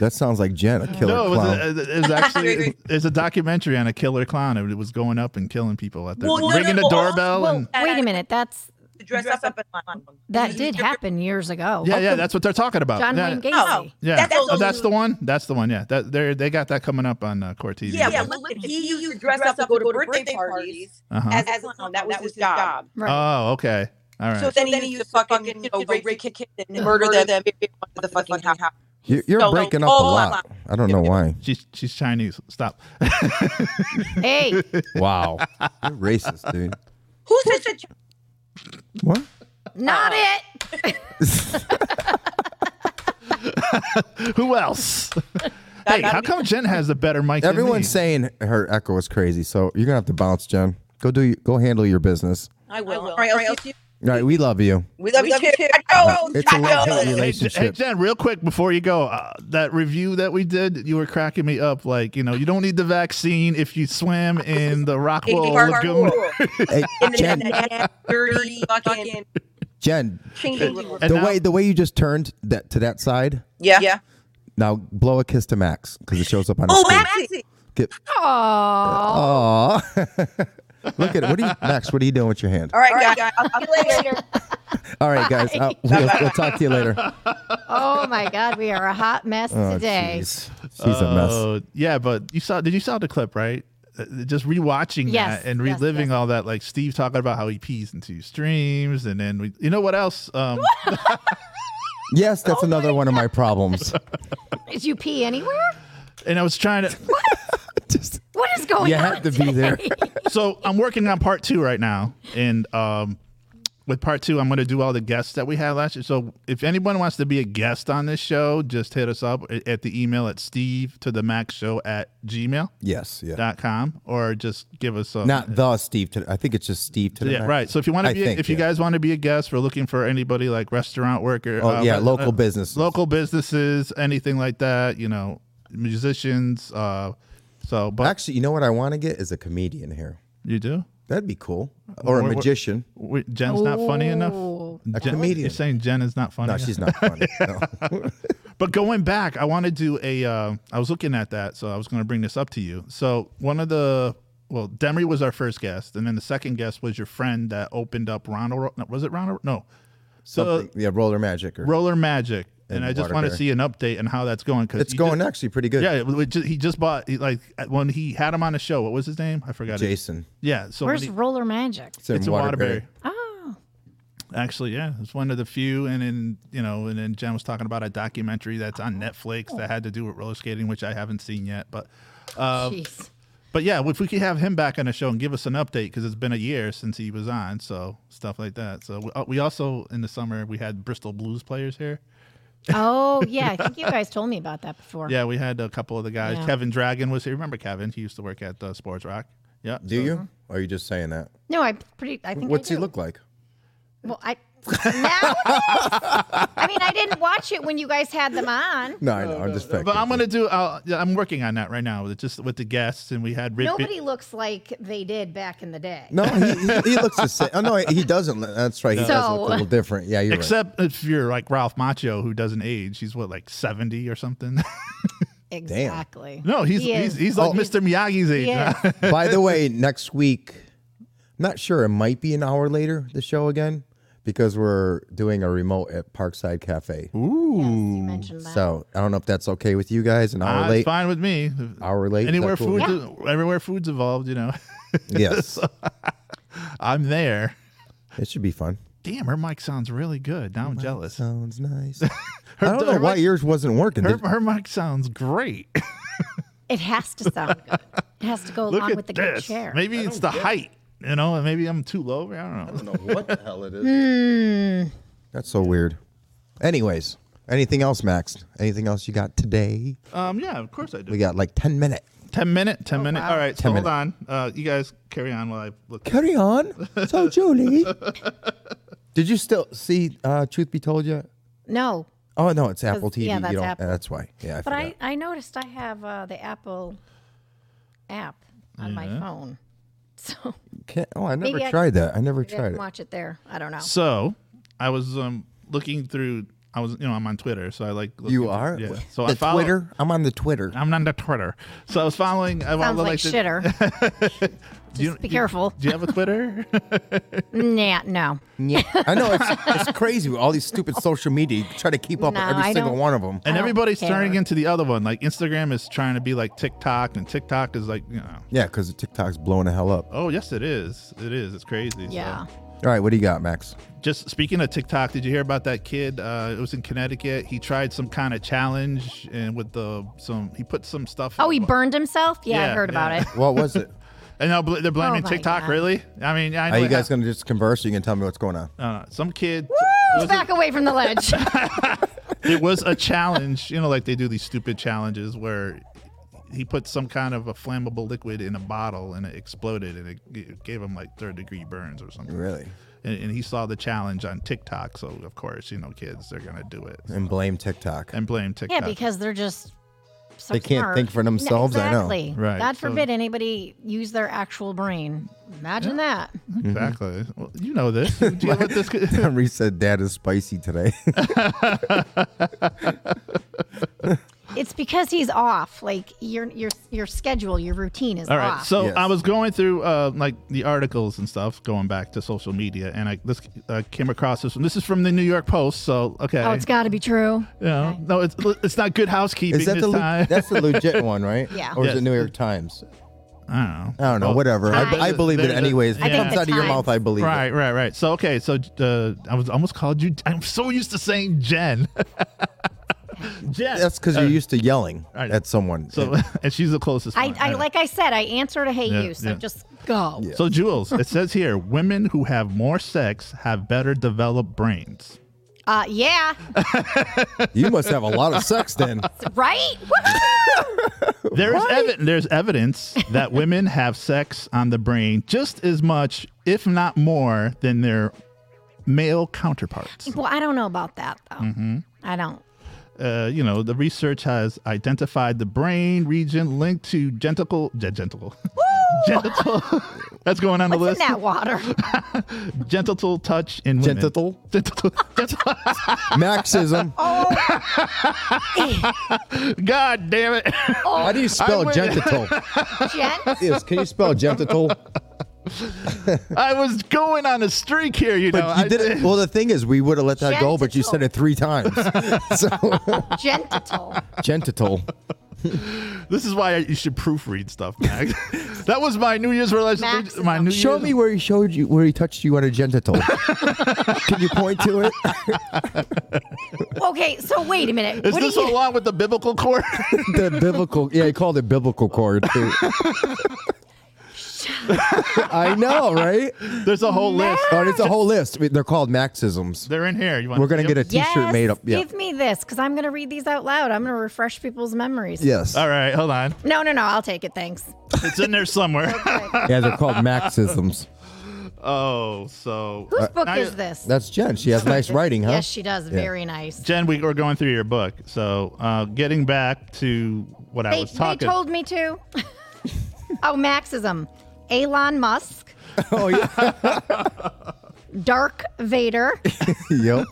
S3: That sounds like Jen, a killer
S9: no, it was,
S3: clown.
S9: A, it was actually there's a documentary on a killer clown. and It was going up and killing people at the
S12: Well, no,
S9: ringing
S12: no,
S9: the
S12: well,
S9: doorbell
S12: well,
S9: Oh, and
S10: Wait a minute. That's
S12: Dress up up in line.
S10: that did happen years ago. Oh,
S9: yeah, yeah, that's what they're talking about.
S10: John
S9: yeah,
S10: Wayne Gacy.
S12: Oh,
S9: yeah.
S12: That's
S9: oh,
S12: all
S9: that's
S12: you-
S9: the one. That's the one. Yeah, that they they got that coming up on uh, Court TV.
S12: Yeah, yeah. Listen, he used to dress up and go to birthday parties
S9: Uh-huh.
S12: as a clown. That was his job.
S10: Right.
S9: Oh, okay. All right.
S12: So then he used to fucking you know, rape kids and murder them in the fucking house.
S3: You, you're
S10: So-
S3: breaking up a
S10: Oh,
S3: lot. I don't know why.
S9: She's she's Chinese. Stop.
S10: Hey,
S3: Wow. You're racist, dude.
S10: who's it?
S3: What?
S10: Not it.
S9: Who else? hey, how come Jen has a better mic? than me?
S3: Everyone's saying her echo is crazy, so you're gonna have to bounce, Jen. Go do. Go handle your business.
S12: I will. All right, I'll see you.
S3: All right, we love you.
S12: We love, you too.
S3: It's a love-hate
S9: Hey, J- Hey,
S3: relationship.
S9: Jen, real quick before you go, uh, that review that we did, you were cracking me up. Like, you know, you don't need the vaccine if you swim in the Rockwell Lagoon.
S3: Hey, Jen,
S12: dirty fucking
S3: Jen,
S12: changing room.
S3: the way the way you just turned that to that side.
S12: Yeah. Yeah.
S3: Now blow a kiss to Max because it shows up on.
S12: Oh,
S3: his screen.
S12: Maxie.
S3: Get,
S10: Aww.
S3: Aw. Look at it. What are you, Max? What are you doing with your hand?
S12: All right, guys. I'll see you later.
S3: All right, guys.
S10: Bye.
S3: Uh, we'll, we'll talk to you later.
S10: oh my God, we are a hot mess
S9: Oh,
S10: today.
S3: She's a mess.
S9: Oh, yeah, but you saw? Did you saw the clip? Right? Uh, Just rewatching
S10: Yes,
S9: that and
S10: yes,
S9: reliving
S10: yes.
S9: all that, like Steve talking about how he pees into streams, and then we, you know what else? Um,
S3: Yes, that's
S10: Oh
S3: another one of my problems.
S10: Did you pee anywhere?
S9: and I was trying to.
S10: What is going
S9: you
S10: on?
S9: have to be there. so I'm working on part two right now, and um, with part two, I'm going to do all the guests that we had last year. So if anyone wants to be a guest on this show, just hit us up a- at the email at steve to the max show at gmail.
S3: Yes, yeah.
S9: Dot com, or just give us a
S3: Not the Steve. To, I think it's just Steve. To the
S9: yeah,
S3: Max.
S9: right. So if you want
S3: I
S9: to be, a-
S3: think,
S9: if you guys want to be a guest, we're looking for anybody like restaurant worker.
S3: Oh, yeah,
S9: re-
S3: local businesses.
S9: Uh, local businesses, anything like that. You know, musicians. Uh, so, but
S3: actually, you know what I want to get is a comedian here.
S9: You do?
S3: That'd be cool. Or a
S9: Uh, Wh- wh-
S3: magician.
S9: wh- Jen's not funny enough.
S10: Ooh.
S3: A
S9: Jen-
S3: comedian.
S9: You're saying Jen is not funny.
S3: No, she's not funny. No.
S9: but going back, I want to do a. Uh, I was looking at that, so I was going to bring this up to you. So one of the well, Demry was our first guest, and then the second guest was your friend that opened up Ronald. no, Was it Ronald? No. So
S3: Something- yeah, roller magic or
S9: Roller Magic, and,
S3: And
S9: I just want to
S3: Waterbury.
S9: see an update on how that's going. Cause
S3: It's
S9: you
S3: going
S9: just-
S3: actually pretty good.
S9: Yeah, we ju- he just bought he, like when he had him on the show. What was his name? I forgot. it.
S3: Jason.
S9: Yeah. So when
S10: Where's
S9: he-
S10: Roller Magic?
S9: It's in It's in Waterbury. Waterbury.
S10: Oh,
S9: Actually, yeah, it's one of the few, and then you know, and then Jen was talking about a documentary that's on Netflix that had to do with roller skating, which I haven't seen yet. But, uh,
S10: Jeez.
S9: but yeah, if we could have him back on the show and give us an update because it's been a year since he was on, so stuff like that. So we, uh, we also in the summer we had Bristol Blues players here.
S10: oh yeah. I think you guys told me about that before.
S9: Yeah, we had a couple of the guys.
S10: Yeah.
S9: Kevin Dragon was here. Remember Kevin? He used to work at uh, Sports Rock. Yeah.
S3: Do you? Or are you just saying that?
S10: No, I pretty. I think. I
S3: What's he
S10: do.
S3: look like?
S10: Well, I. Now, I mean, I didn't watch it when you guys had them on.
S3: No, I know. I'm just
S9: But I'm gonna do. I'll, yeah, I'm working on that right now. With just with the guests, and we had Rick.
S10: Nobody looks like they did back in the day.
S3: No, he, he, he looks the same. Oh, no, he doesn't. look- That's right. He does look a
S10: So-
S3: little different. Yeah, you're right.
S9: Except if you're like Ralph Macchio, who doesn't age. He's what, like 70 or something?
S10: exactly.
S9: no, he's
S10: He
S9: he's,
S10: is.
S9: he's like
S10: Oh.
S9: Mr. Miyagi's age.
S10: He
S9: now.
S3: By the way, next week, not sure. It might be an hour later, the show again, because we're doing a remote at Parkside Cafe.
S9: Ooh.
S3: So I don't know if that's okay with you guys. An hour
S9: Ah,
S3: late.
S9: it's fine with me.
S3: Hour late. is that
S9: Anywhere
S3: cool?
S9: food's e-, everywhere food's involved, you know.
S3: Yes.
S9: So, I'm there.
S3: It should be fun.
S9: Damn, her mic sounds really good. Now I'm jealous.
S3: Sounds nice. I don't know why yours wasn't working.
S9: Her,
S3: Did-
S9: her mic sounds great.
S10: It has to sound good. It has to go
S9: Look
S10: along
S9: at
S10: with the good
S9: this.
S10: chair.
S9: Maybe it's the height, you know, and maybe I'm too low. I don't know.
S3: I don't know what the hell it is.
S10: Hmm.
S3: That's so weird. Anyways, anything else, Max? Anything else you got today?
S9: Um, yeah, of course I do.
S3: We got like 10 minutes.
S9: 10 minute,
S10: Oh,
S9: 10 minute. All right, so
S3: 10
S9: hold on. Uh, you guys carry on while I look.
S3: Carry on. So, Julie, did you still see uh, Truth Be Told yet?
S10: No,
S3: Oh, no, it's Apple
S10: 'Cause-
S3: TV.
S10: yeah,
S3: You
S10: that's
S3: don't-
S10: Apple.
S3: That's why. Yeah. I
S10: but
S3: forgot.
S10: I, I noticed I have uh, the Apple app on my
S9: Yeah.
S10: phone. So
S3: Can't- oh, I never
S10: maybe
S3: tried that. I never
S10: maybe
S3: tried
S10: can
S3: it.
S10: Watch it there. I don't know.
S9: So I was um, looking through. I was, you know, I'm on Twitter, so I like. Looking,
S3: You are?
S9: Yeah.
S3: What?
S9: So
S3: the
S9: I follow.
S3: Twitter? I'm on the Twitter.
S9: I'm on the Twitter. So I was following. I
S10: Sounds
S9: would
S10: like
S9: like to-
S10: shitter.
S9: Do you-
S10: Just be
S9: do-
S10: careful.
S9: Do you have a Twitter?
S10: nah, no.
S3: Yeah. I know it's, it's crazy with all these stupid social media. You try to keep up
S10: No,
S3: with every
S10: I
S3: single
S10: don't-
S3: one of them.
S10: I
S9: and
S10: don't
S9: everybody's
S10: care.
S9: turning into the other one. Like Instagram is trying to be like TikTok, and TikTok is like you know.
S3: Yeah, because TikTok's blowing the hell up.
S9: Oh yes, it is. It is. It's crazy. so.
S10: Yeah.
S3: All right, what do you got, Max?
S9: Just speaking of TikTok, did you hear about that kid? Uh, it was in Connecticut. He tried some kind of challenge, and with the some, he put some stuff.
S10: Oh, he burned himself? Yeah, I
S9: Yeah,
S10: heard about
S9: yeah.
S10: it.
S3: What was it?
S9: And now bl- they're blaming
S10: Oh my
S9: TikTok.
S10: God.
S9: Really? I mean, I know
S3: Are you
S9: it
S3: guys going to just converse or you can tell me what's going on?
S9: Uh, some kid.
S10: Woo! Back away from the ledge.
S9: it was a challenge. You know, like they do these stupid challenges where he put some kind of a flammable liquid in a bottle and it exploded and it, it gave him like third degree burns or something.
S3: Really?
S9: And, and he saw the challenge on TikTok, so of course, you know, kids they're gonna do it
S3: And blame TikTok.
S9: and blame TikTok.
S10: yeah, because they're just so
S3: They can't
S10: smart.
S3: think for
S10: No,
S3: themselves, I know.
S10: Exactly.
S9: Right,
S10: God
S9: so-
S10: forbid anybody use their actual brain. Imagine that.
S9: exactly. Well, you know this. You deal with this.
S3: Reese said dad is spicy today.
S10: It's because he's off. Like your your your schedule, your routine is
S9: All right.
S10: off.
S9: So
S3: Yes.
S9: I was going through uh, like the articles and stuff, going back to social media, and I this I came across this one. This is from the New York Post. So okay.
S10: oh, it's got to be true.
S9: you know, No, it's it's not good housekeeping
S3: is that
S9: this
S3: the le-
S9: time.
S3: that's the legit one, right?
S10: Yeah.
S3: Or is
S9: Yes.
S3: it New York Times?
S9: I don't know.
S3: I don't know.
S9: Well,
S3: whatever.
S10: Times.
S3: I, I believe it
S9: There's a-
S3: anyways. If
S9: I
S3: it
S9: think
S3: comes
S10: the
S3: out of your
S10: Times.
S3: mouth, I believe
S9: Right,
S3: it.
S9: right, right. So okay, so uh, I was almost called you. I'm so used to saying Jen. Jen.
S3: That's because you're used to yelling
S9: I know.
S3: at someone.
S9: so, and she's the closest.
S10: I,
S9: one.
S10: I
S9: know.
S10: like I said, I answer to hate
S9: Yeah,
S10: you, so
S9: yeah.
S10: just go.
S9: So Jules, it says here, women who have more sex have better developed brains.
S10: Uh, yeah,
S3: you must have a lot of sex then.
S10: right? Woohoo!
S9: There is evi- there's evidence that women have sex on the brain just as much, if not more, than their male counterparts.
S10: well, I don't know about that though.
S9: Mm-hmm.
S10: I don't.
S9: Uh, you know, the research has identified the brain region linked to genital, ge- genital, genital. That's going on the
S10: What's
S9: list.
S10: in that water?
S9: Genital touch in women.
S3: Genital?
S9: Genital. genital-
S3: Maxism.
S10: Oh.
S9: God damn it!
S3: How do you spell
S9: went-
S3: genital?
S10: Jen?
S3: Yes, can you spell genital?
S9: I was going on a streak here. You know,
S3: But you
S9: I
S3: did it. Well, the thing is, we would have let that go, but you
S10: Genital.
S3: said it three times. so
S10: Genital.
S3: genital.
S9: This is why you should proofread stuff, Max. that was my New Year's resolution.
S10: Maximum.
S9: My New
S3: Show
S9: Year's.
S3: me where he showed you where he touched you on a genital. can you point to it?
S10: Okay, so wait a minute.
S9: Is
S10: what
S9: this
S10: do you?
S9: along with the biblical core?
S3: the biblical. Yeah, he called it biblical cord too. I know, right?
S9: There's a whole list.
S3: But it's a whole list. They're called maxisms.
S9: They're in here. You want
S3: We're gonna get a
S10: yes,
S3: T-shirt made up. Yeah.
S10: Give me this because I'm gonna read these out loud. I'm gonna refresh people's memories.
S3: Yes.
S9: All right, hold on.
S10: No, no, no. I'll take it. Thanks.
S9: It's in there somewhere.
S3: Yeah, they're called maxisms.
S9: oh, so
S10: Whose book
S9: now you-
S10: is this?
S3: That's Jen. She has nice writing, huh?
S10: Yes, she does. Very nice.
S9: Jen, we were going through your book. So, uh, getting back to what I
S10: They,
S9: was
S10: they
S9: talking.
S10: told me to. oh, Maxism. Elon Musk.
S3: oh yeah.
S10: Dark Vader.
S3: yep.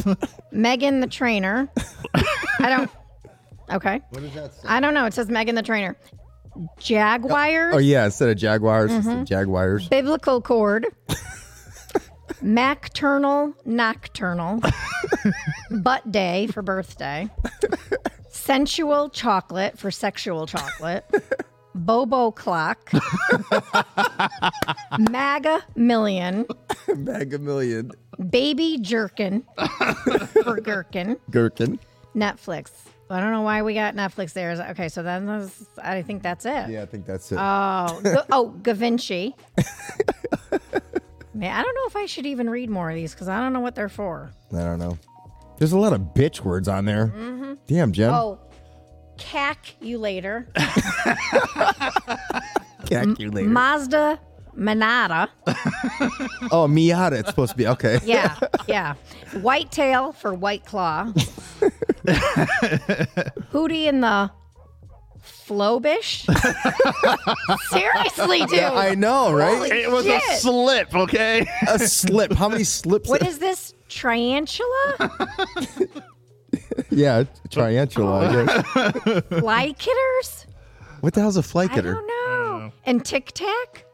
S10: Megan the Trainer. I don't. Okay. What does that say? I don't know. It says Megan the Trainer. Jaguars.
S3: Oh yeah. Instead of jaguars, it's
S10: Mm-hmm.
S3: the jaguars.
S10: Biblical cord. Macternal nocturnal. butt day for birthday. Sensual chocolate for sexual chocolate. Bobo clock. MAGA million.
S3: Magamillion
S10: Baby jerkin for gherkin.
S3: gherkin.
S10: Netflix. I don't know why we got Netflix there. Okay, so then that's- I think that's it.
S3: Yeah, I think that's it.
S10: Oh, Gu- oh, Gavinci. Man, I don't know if I should even read more of these because I don't know what they're for.
S3: I don't know. There's a lot of bitch words on there. Damn, Jen.
S10: Oh, calculator,
S3: Calculator.
S10: Mazda Manata.
S3: oh, Miata. It's supposed to be okay.
S10: Yeah, yeah. Whitetail for White Claw. Hootie and the Flobish. Seriously, dude.
S3: I know, right?
S9: it was a
S10: Shit.
S9: slip, okay?
S3: a slip. How many slips?
S10: what is this? Triantula?
S3: yeah, triantula. I guess.
S10: Fly kitters?
S3: What the hell's a fly
S10: I
S3: kitter?
S10: don't know. And Tic Tac?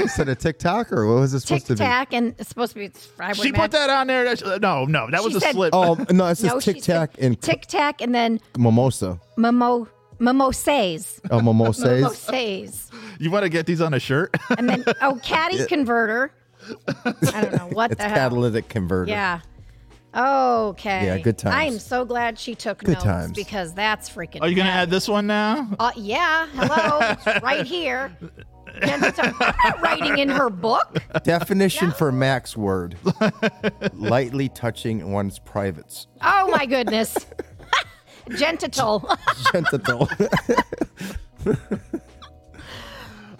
S3: Is it a TikTok or what was it supposed
S10: Tic
S3: to be?
S10: Tac, and it's supposed to be Friday.
S9: She put that on there. That's- no, no, that was a slip.
S3: Oh no, it's just Tic Tac and
S10: Tic Tac, and then
S3: mimosa.
S10: Momo Mimosas.
S3: Oh, mimosas.
S10: Mimosas.
S9: You want to get these on a shirt?
S10: And then oh, Caddy
S3: Yeah.
S10: converter. I don't know what
S3: it's
S10: the hell.
S3: catalytic converter.
S10: Yeah. Okay.
S3: Yeah, good times.
S10: I am so glad she took
S3: Good
S10: notes
S3: times.
S10: because that's freaking.
S9: Are you gonna add this one now?
S10: Uh, yeah. Hello. It's right here. Kenzie Tucker- I'm not writing in her book.
S3: Definition for Max word: lightly touching one's privates.
S10: Oh my goodness. Genital.
S3: Genital.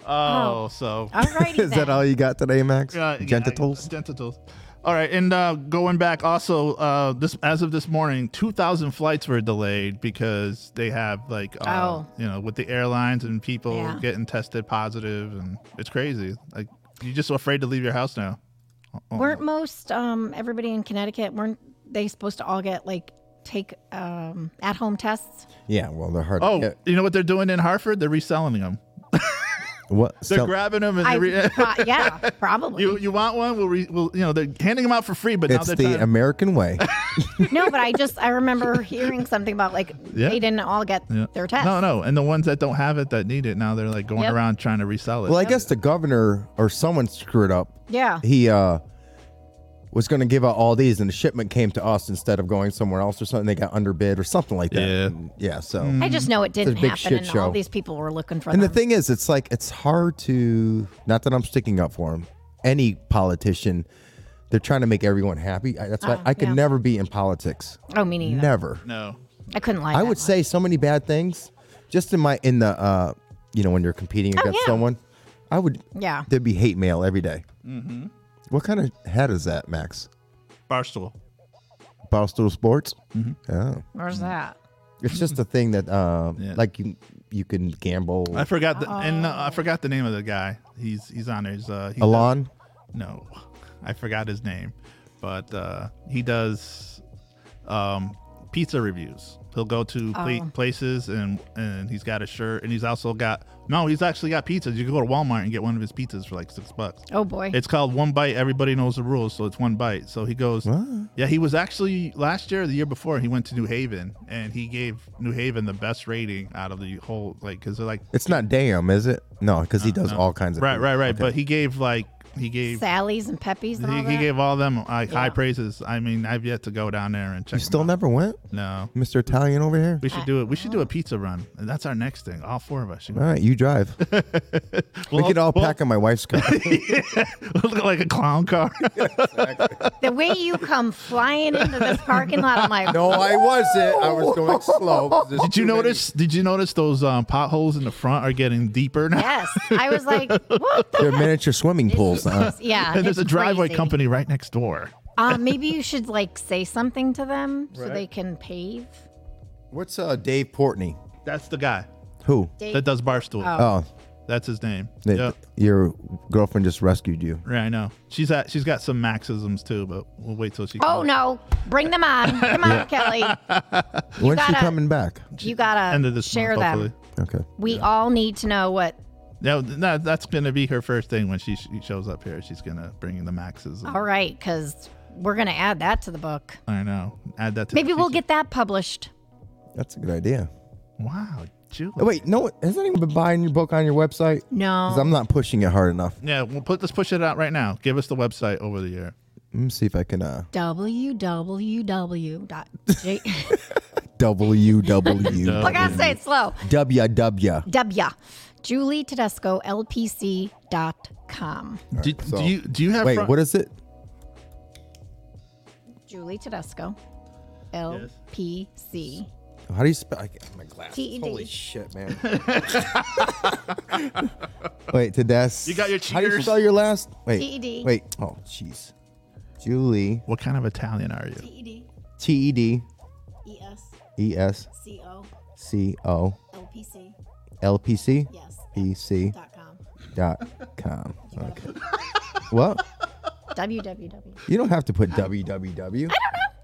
S9: Oh, so.
S3: Is that all you got today, Max?
S9: Uh, yeah,
S3: Genitals.
S9: I- genitals. All right, and uh, going back also, uh, this as of this morning, two thousand flights were delayed because they have like, uh,
S10: Oh.
S9: you know, with the airlines and people
S10: Yeah.
S9: getting tested positive, and it's crazy. Like you're just afraid to leave your house now. Oh.
S10: Weren't most um, everybody in Connecticut weren't they supposed to all get like take um, at home tests?
S3: Yeah, well, they're hard.
S9: Oh,
S3: to get.
S9: you know what they're doing in Hartford? They're reselling them.
S3: what?
S9: They're
S3: so-
S9: grabbing them and they're
S10: I,
S9: re-
S10: pro- yeah, probably.
S9: you you want one? We'll, re- we'll you know they're handing them out for free, but now
S3: it's
S9: they're
S3: the
S9: trying-
S3: American way.
S10: no, but I just I remember hearing something about like
S9: Yeah.
S10: they didn't all get
S9: Yeah.
S10: their test.
S9: No, no, and the ones that don't have it that need it now they're like going
S10: Yep.
S9: around trying to resell it.
S3: Well, I guess the governor or someone screwed up.
S10: Yeah.
S3: He uh was going to give out all these, and the shipment came to us instead of going somewhere else or something. They got underbid or something like that. Yeah. yeah. So
S10: I just know it
S3: It's a
S10: didn't
S3: big
S10: happen,
S3: shit
S10: and
S3: show.
S10: all these people were looking for
S3: And the
S10: them.
S3: thing is, it's like it's hard to not that I'm sticking up for him. Any politician, they're trying to make everyone happy. I, that's why
S10: Oh,
S3: I could
S10: yeah.
S3: never be in politics.
S10: oh, me neither.
S3: Never.
S9: No.
S10: I couldn't like.
S3: I would say so many bad things. Just in my in the uh, you know, when you're competing
S10: Oh,
S3: against
S10: yeah.
S3: someone, I would
S10: Yeah.
S3: There'd be hate mail every day.
S9: Mm-hmm.
S3: What kind of hat is that, Max?
S9: Barstool.
S3: Barstool Sports.
S9: Mm-hmm.
S3: Oh,
S10: Where's
S9: Mm.
S10: that?
S3: it's just a thing that uh, like you you can gamble.
S9: I forgot the and
S10: Oh.
S9: uh, I forgot the name of the guy. He's he's on his uh he
S3: Alon?
S9: does- no. I forgot his name. But uh he does um pizza reviews. He'll go to pla-
S10: Oh.
S9: places and and he's got a shirt and he's also got no, he's actually got pizzas. You can go to Walmart and get one of his pizzas for like 6 bucks.
S10: Oh boy.
S9: It's called One Bite. Everybody knows the rules, so it's one bite. So he goes, yeah. He was actually last year, or the year before, he went to New Haven, and he gave New Haven the best rating out of the whole like because they're like
S3: It's not damn, is it? No, because he does
S9: no.
S3: all kinds of
S9: right,
S3: food.
S9: right, right. But he gave like he gave
S10: Sally's and Pepe's and
S9: he,
S10: all
S9: he
S10: that.
S9: gave all them like high
S10: Yeah.
S9: praises. I mean, I've yet to go down there and check.
S3: You still never went,
S9: No,
S3: Mr. Italian over here.
S9: we should do it. We should do a pizza run, and that's our next thing. All four of us. should
S3: All
S9: go.
S3: right, you drive. we
S9: Well,
S3: could all
S9: well-
S3: pack on my wife's car.
S9: Look like a clown car.
S10: the way you come flying into this parking lot, I'm like,
S3: no, I wasn't. I was going slow.
S9: Did you notice? Did you notice those um, potholes in the front are getting deeper now?
S10: Yes, I was like, what the?
S3: They're miniature swimming pools. Huh?
S10: Yeah,
S9: and there's
S10: it's
S9: a driveway
S10: crazy.
S9: company right next door.
S10: Uh, maybe you should like say something to them so
S9: Right.
S10: they can pave.
S3: What's uh, Dave Portney?
S9: That's the guy
S3: Who?
S10: Dave-
S9: that does barstool.
S10: Oh.
S3: Oh,
S9: That's his name.
S3: th-
S9: Uh, Yeah,
S3: your girlfriend just rescued you.
S9: right. I know. She's at, she's got some maxims too, but we'll wait till she.
S10: Oh no, bring them on! Come on, Kelly.
S3: When's she
S10: gotta-
S3: coming back?
S10: You gotta
S9: End of this
S10: share
S9: month,
S10: them.
S9: hopefully.
S3: Okay.
S10: We all need to know what.
S9: No, th- no, that's gonna be her first thing when she, she shows up here. She's gonna bring the maxes.
S10: All right, because we're gonna add that to the book.
S9: I know. Add that to. the
S10: Maybe we'll
S9: pizza.
S10: get that published.
S3: That's a good idea.
S9: Wow, Julie.
S3: Oh, wait, no, has anyone been buying your book on your website?
S10: No.
S3: 'Cause I'm not pushing it hard enough.
S9: Yeah, we'll put let's push it out right now. Give us the website over the year.
S3: Let me see if I can uh
S10: www.
S3: WW
S10: Look, I say it slow.
S3: WW.
S10: W. Julie Tedesco, LPC.com.
S9: Do,
S3: so-
S9: do you do you have?
S3: Wait,
S9: front-
S3: what is it?
S10: Julie Tedesco, LPC.
S3: How do you spell I get my glasses?
S10: TED.
S3: Holy shit, man. wait, Tedesco.
S9: You got your
S3: How do you
S9: cheaters.
S3: spell your last? Wait.
S10: TED.
S3: Wait. Oh, jeez. Julie.
S9: What kind of Italian are you?
S10: TED.
S3: T E D
S10: ES.
S3: E S
S10: CO.
S3: C O
S10: LPC.
S3: L P C?
S10: Yes.
S3: P C
S10: Dot com.
S3: dot com. Okay. What?
S10: www.
S3: You don't have to put www. I don't know.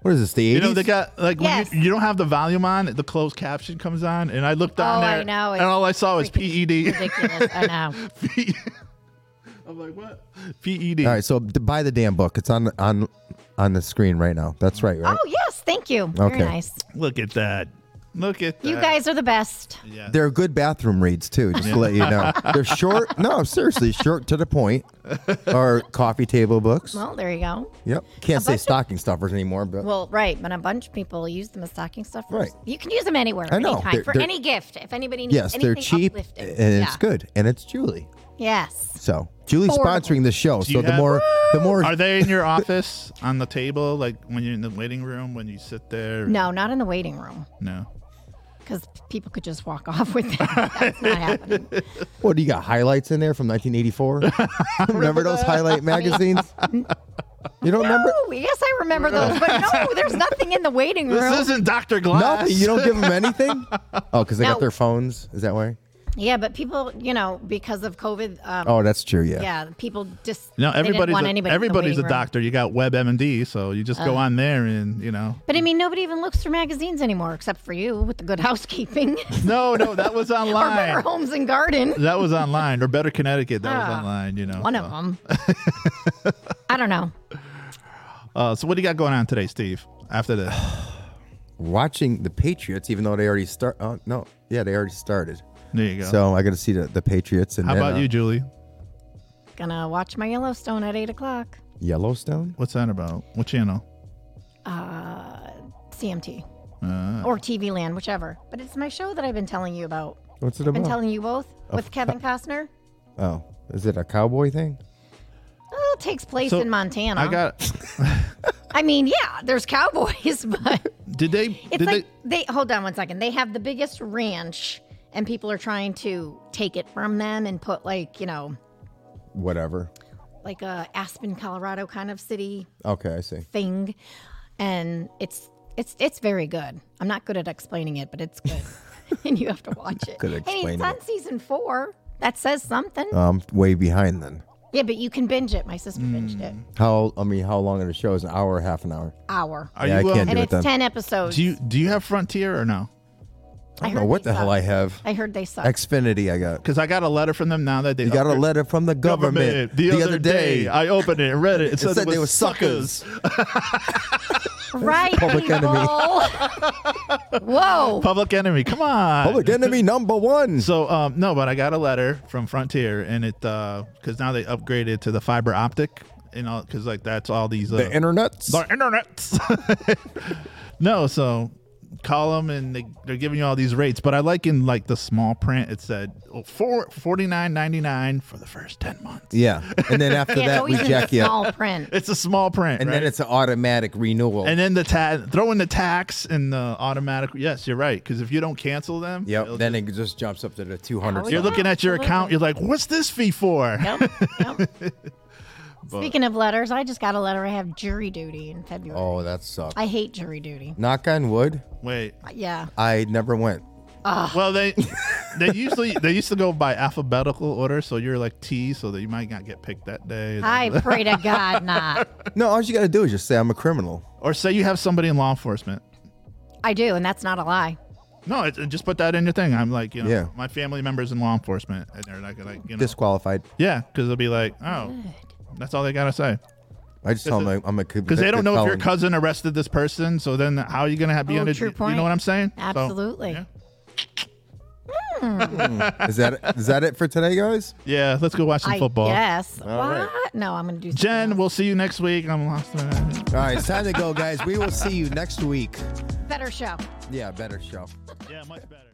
S3: What is this? The 80s?
S9: You know they got like
S10: Yes.
S9: when you, you don't have the volume on, the closed caption comes on, and I looked on
S10: Oh, I
S9: there,
S10: know,
S9: and
S10: it's
S9: all I saw was
S10: freaking
S9: PED.
S10: Ridiculous. I know.
S9: E I'm like, what? E
S3: PED. All right, so d- buy the damn book. It's on on on the screen right now. That's right, right?
S10: Oh yes, thank you.
S3: Okay.
S10: Very nice.
S9: Look at that. Look at
S10: You
S9: that.
S10: guys are the best.
S3: They're good bathroom reads too, just
S9: Yeah.
S3: to let you know. They're short. No, seriously, short to the point. Or coffee table books.
S10: Well, there you go.
S3: Yep.
S10: A
S3: Can't say
S10: bunch of-
S3: stocking stuffers anymore, but
S10: Well, right, but a bunch of people use them as stocking stuffers.
S3: Right.
S10: You can use them anywhere,
S3: I know.
S10: anytime,
S3: They're-
S10: for
S3: they're-
S10: any gift. If anybody needs
S3: yes, they're
S10: anything
S3: cheap
S10: uplifting.
S3: and it's
S10: Yeah.
S3: good. And it's Julie.
S10: Yes.
S3: So Julie's
S10: Affordable.
S3: sponsoring the show.
S9: Do
S3: so
S9: you
S3: the
S9: have-
S3: more the more
S9: Are they in your office on the table, like when you're in the waiting room, when you sit there?
S10: No, not in the waiting room,
S9: No.
S10: because people could just walk off with them. That's not happening.
S3: What do you got? Highlights in there from 1984? remember those highlight magazines? You don't remember?
S10: Oh, yes, I remember those, but no, there's nothing in the waiting room.
S9: Doctor
S3: Nothing. You don't give them anything. Oh, because they
S10: No.
S3: got their phones. Is that why?
S10: Yeah, but people, you know, because of COVID. Um,
S3: Oh, that's true, yeah.
S10: Yeah, people just.
S9: No,
S10: they didn't
S9: everybody's
S10: want
S9: a,
S10: anybody in the
S9: everybody's
S10: waiting
S9: a
S10: room.
S9: doctor. You got WebMD, so you just
S10: Uh.
S9: go on there and you know.
S10: But I mean, nobody even looks through magazines anymore, except for you with the Good Housekeeping.
S9: No, no, that was
S10: or Better
S9: online.
S10: Homes and Garden.
S9: That was online, or Better Connecticut. That was
S10: Ah,
S9: online. You know.
S10: One of them. I don't know.
S9: Uh, so what do you got going on today, Steve? After this,
S3: Watching the Patriots, even though they already start. Oh no, yeah, they already started.
S9: There you go.
S3: So I got to see the, the Patriots and
S9: how
S3: then,
S9: about
S3: uh,
S9: you, Julie?
S10: Gonna watch my Yellowstone at eight o'clock.
S3: Yellowstone?
S9: What's that about? What channel?
S10: Uh, CMT
S9: Uh,
S10: or TV Land, whichever. But it's my show that I've been telling you about.
S3: What's it
S10: I've been
S9: Oh.
S3: about?
S10: telling you both
S3: A
S10: with Kevin Costner.
S3: Oh, is it a cowboy thing?
S10: Oh, it takes place
S9: So,
S10: in Montana.
S9: I got.
S10: I mean, yeah, there's cowboys, but
S9: Did they?
S10: It's
S9: did
S10: like they, hold on one second. They have the biggest ranch, and people are trying to take it from them and put like you know,
S3: Whatever.
S10: like a Aspen, Colorado kind of city
S3: Okay, I see.
S10: thing, and it's it's it's very good. I'm not good at explaining it, but it's good, and you have to watch it.
S3: Good at
S10: And it's
S3: explaining Uh,
S10: on season four. That says something.
S3: I'm way behind then.
S10: yeah, but you can binge it. My sister
S3: Hmm.
S10: binged it.
S3: How? I mean, how long are the shows? An hour, half an hour?
S10: Hour.
S3: Are Yeah, you, I can't um, do
S10: and
S3: it
S10: it's
S3: then.
S10: ten episodes.
S9: Do you do you have Frontier or no?
S10: I
S3: I don't know
S10: heard
S3: Oh, what
S10: they
S3: the hell
S10: suck.
S3: I have.
S10: I heard they suck.
S3: Xfinity, I got.
S9: Because I got a letter from them now that they
S3: You got a
S9: upgraded-
S3: letter from the government,
S9: the, other, day. I opened it and read it. It,
S3: It
S9: said,
S3: said
S9: it
S3: they were
S9: was suckers.
S10: right,
S9: Public
S10: people.
S9: enemy.
S10: Whoa.
S9: Public enemy. Come on.
S3: Public enemy number one.
S9: So um, no, but I got a letter from Frontier, and it because now they upgraded to the fiber optic, you know, because like that's all these uh,
S3: The internets?
S9: The internets. no, so call them and they, they're giving you all these rates. But I like in like the small print, it said oh, four forty nine ninety nine for the first ten months.
S3: Yeah, and then after
S10: Yeah,
S3: that
S10: it's
S3: we
S10: always in the
S3: jack you, up.
S10: small print.
S9: It's a small print,
S3: and
S9: right?
S3: then it's an automatic renewal.
S9: and then the ta- throw in the tax and the automatic. Yes, you're right. Because if you don't cancel them,
S3: yep,
S9: it'll
S3: then it just jumps up to the two hundred.
S9: You're looking at your account. You're like, "What's this fee for?" But-
S10: Speaking of letters, I just got a letter. I have jury duty in February.
S3: Oh, that sucks.
S10: I hate jury duty.
S3: Knock on wood.
S9: Wait.
S10: Yeah.
S3: I never went.
S10: Ugh.
S9: Well, they they usually they used to go by alphabetical order, so you're like T, so that you might not get picked that day.
S10: I pray to God not.
S3: No, all you got to do is just say I'm a criminal.
S9: Or say you have somebody in law enforcement.
S10: I do, and that's not a lie.
S9: No, it, it- just put that in your thing. I'm like, you know,
S3: Yeah.
S9: my family members in law enforcement, and they're like, like you know,
S3: Disqualified.
S9: yeah, because they'll be like, oh, that's all they gotta say.
S3: I just tell them I'm a
S9: Because they don't know if your cousin arrested this person, so then how are you gonna have be
S10: Oh,
S9: on a,
S10: true
S9: you
S10: point.
S9: know what I'm saying? So-
S10: Absolutely.
S3: Is that is that it for today, guys?
S9: yeah, let's go watch some
S10: I
S9: football.
S10: guess.
S3: All
S10: what?
S3: right.
S10: No, I'm going to do something
S9: Jen, we'll see you next week. I'm lost. All
S3: right, it's time to go, guys. We will see you next week.
S10: better show.
S3: Yeah, better show.
S9: Yeah, much better.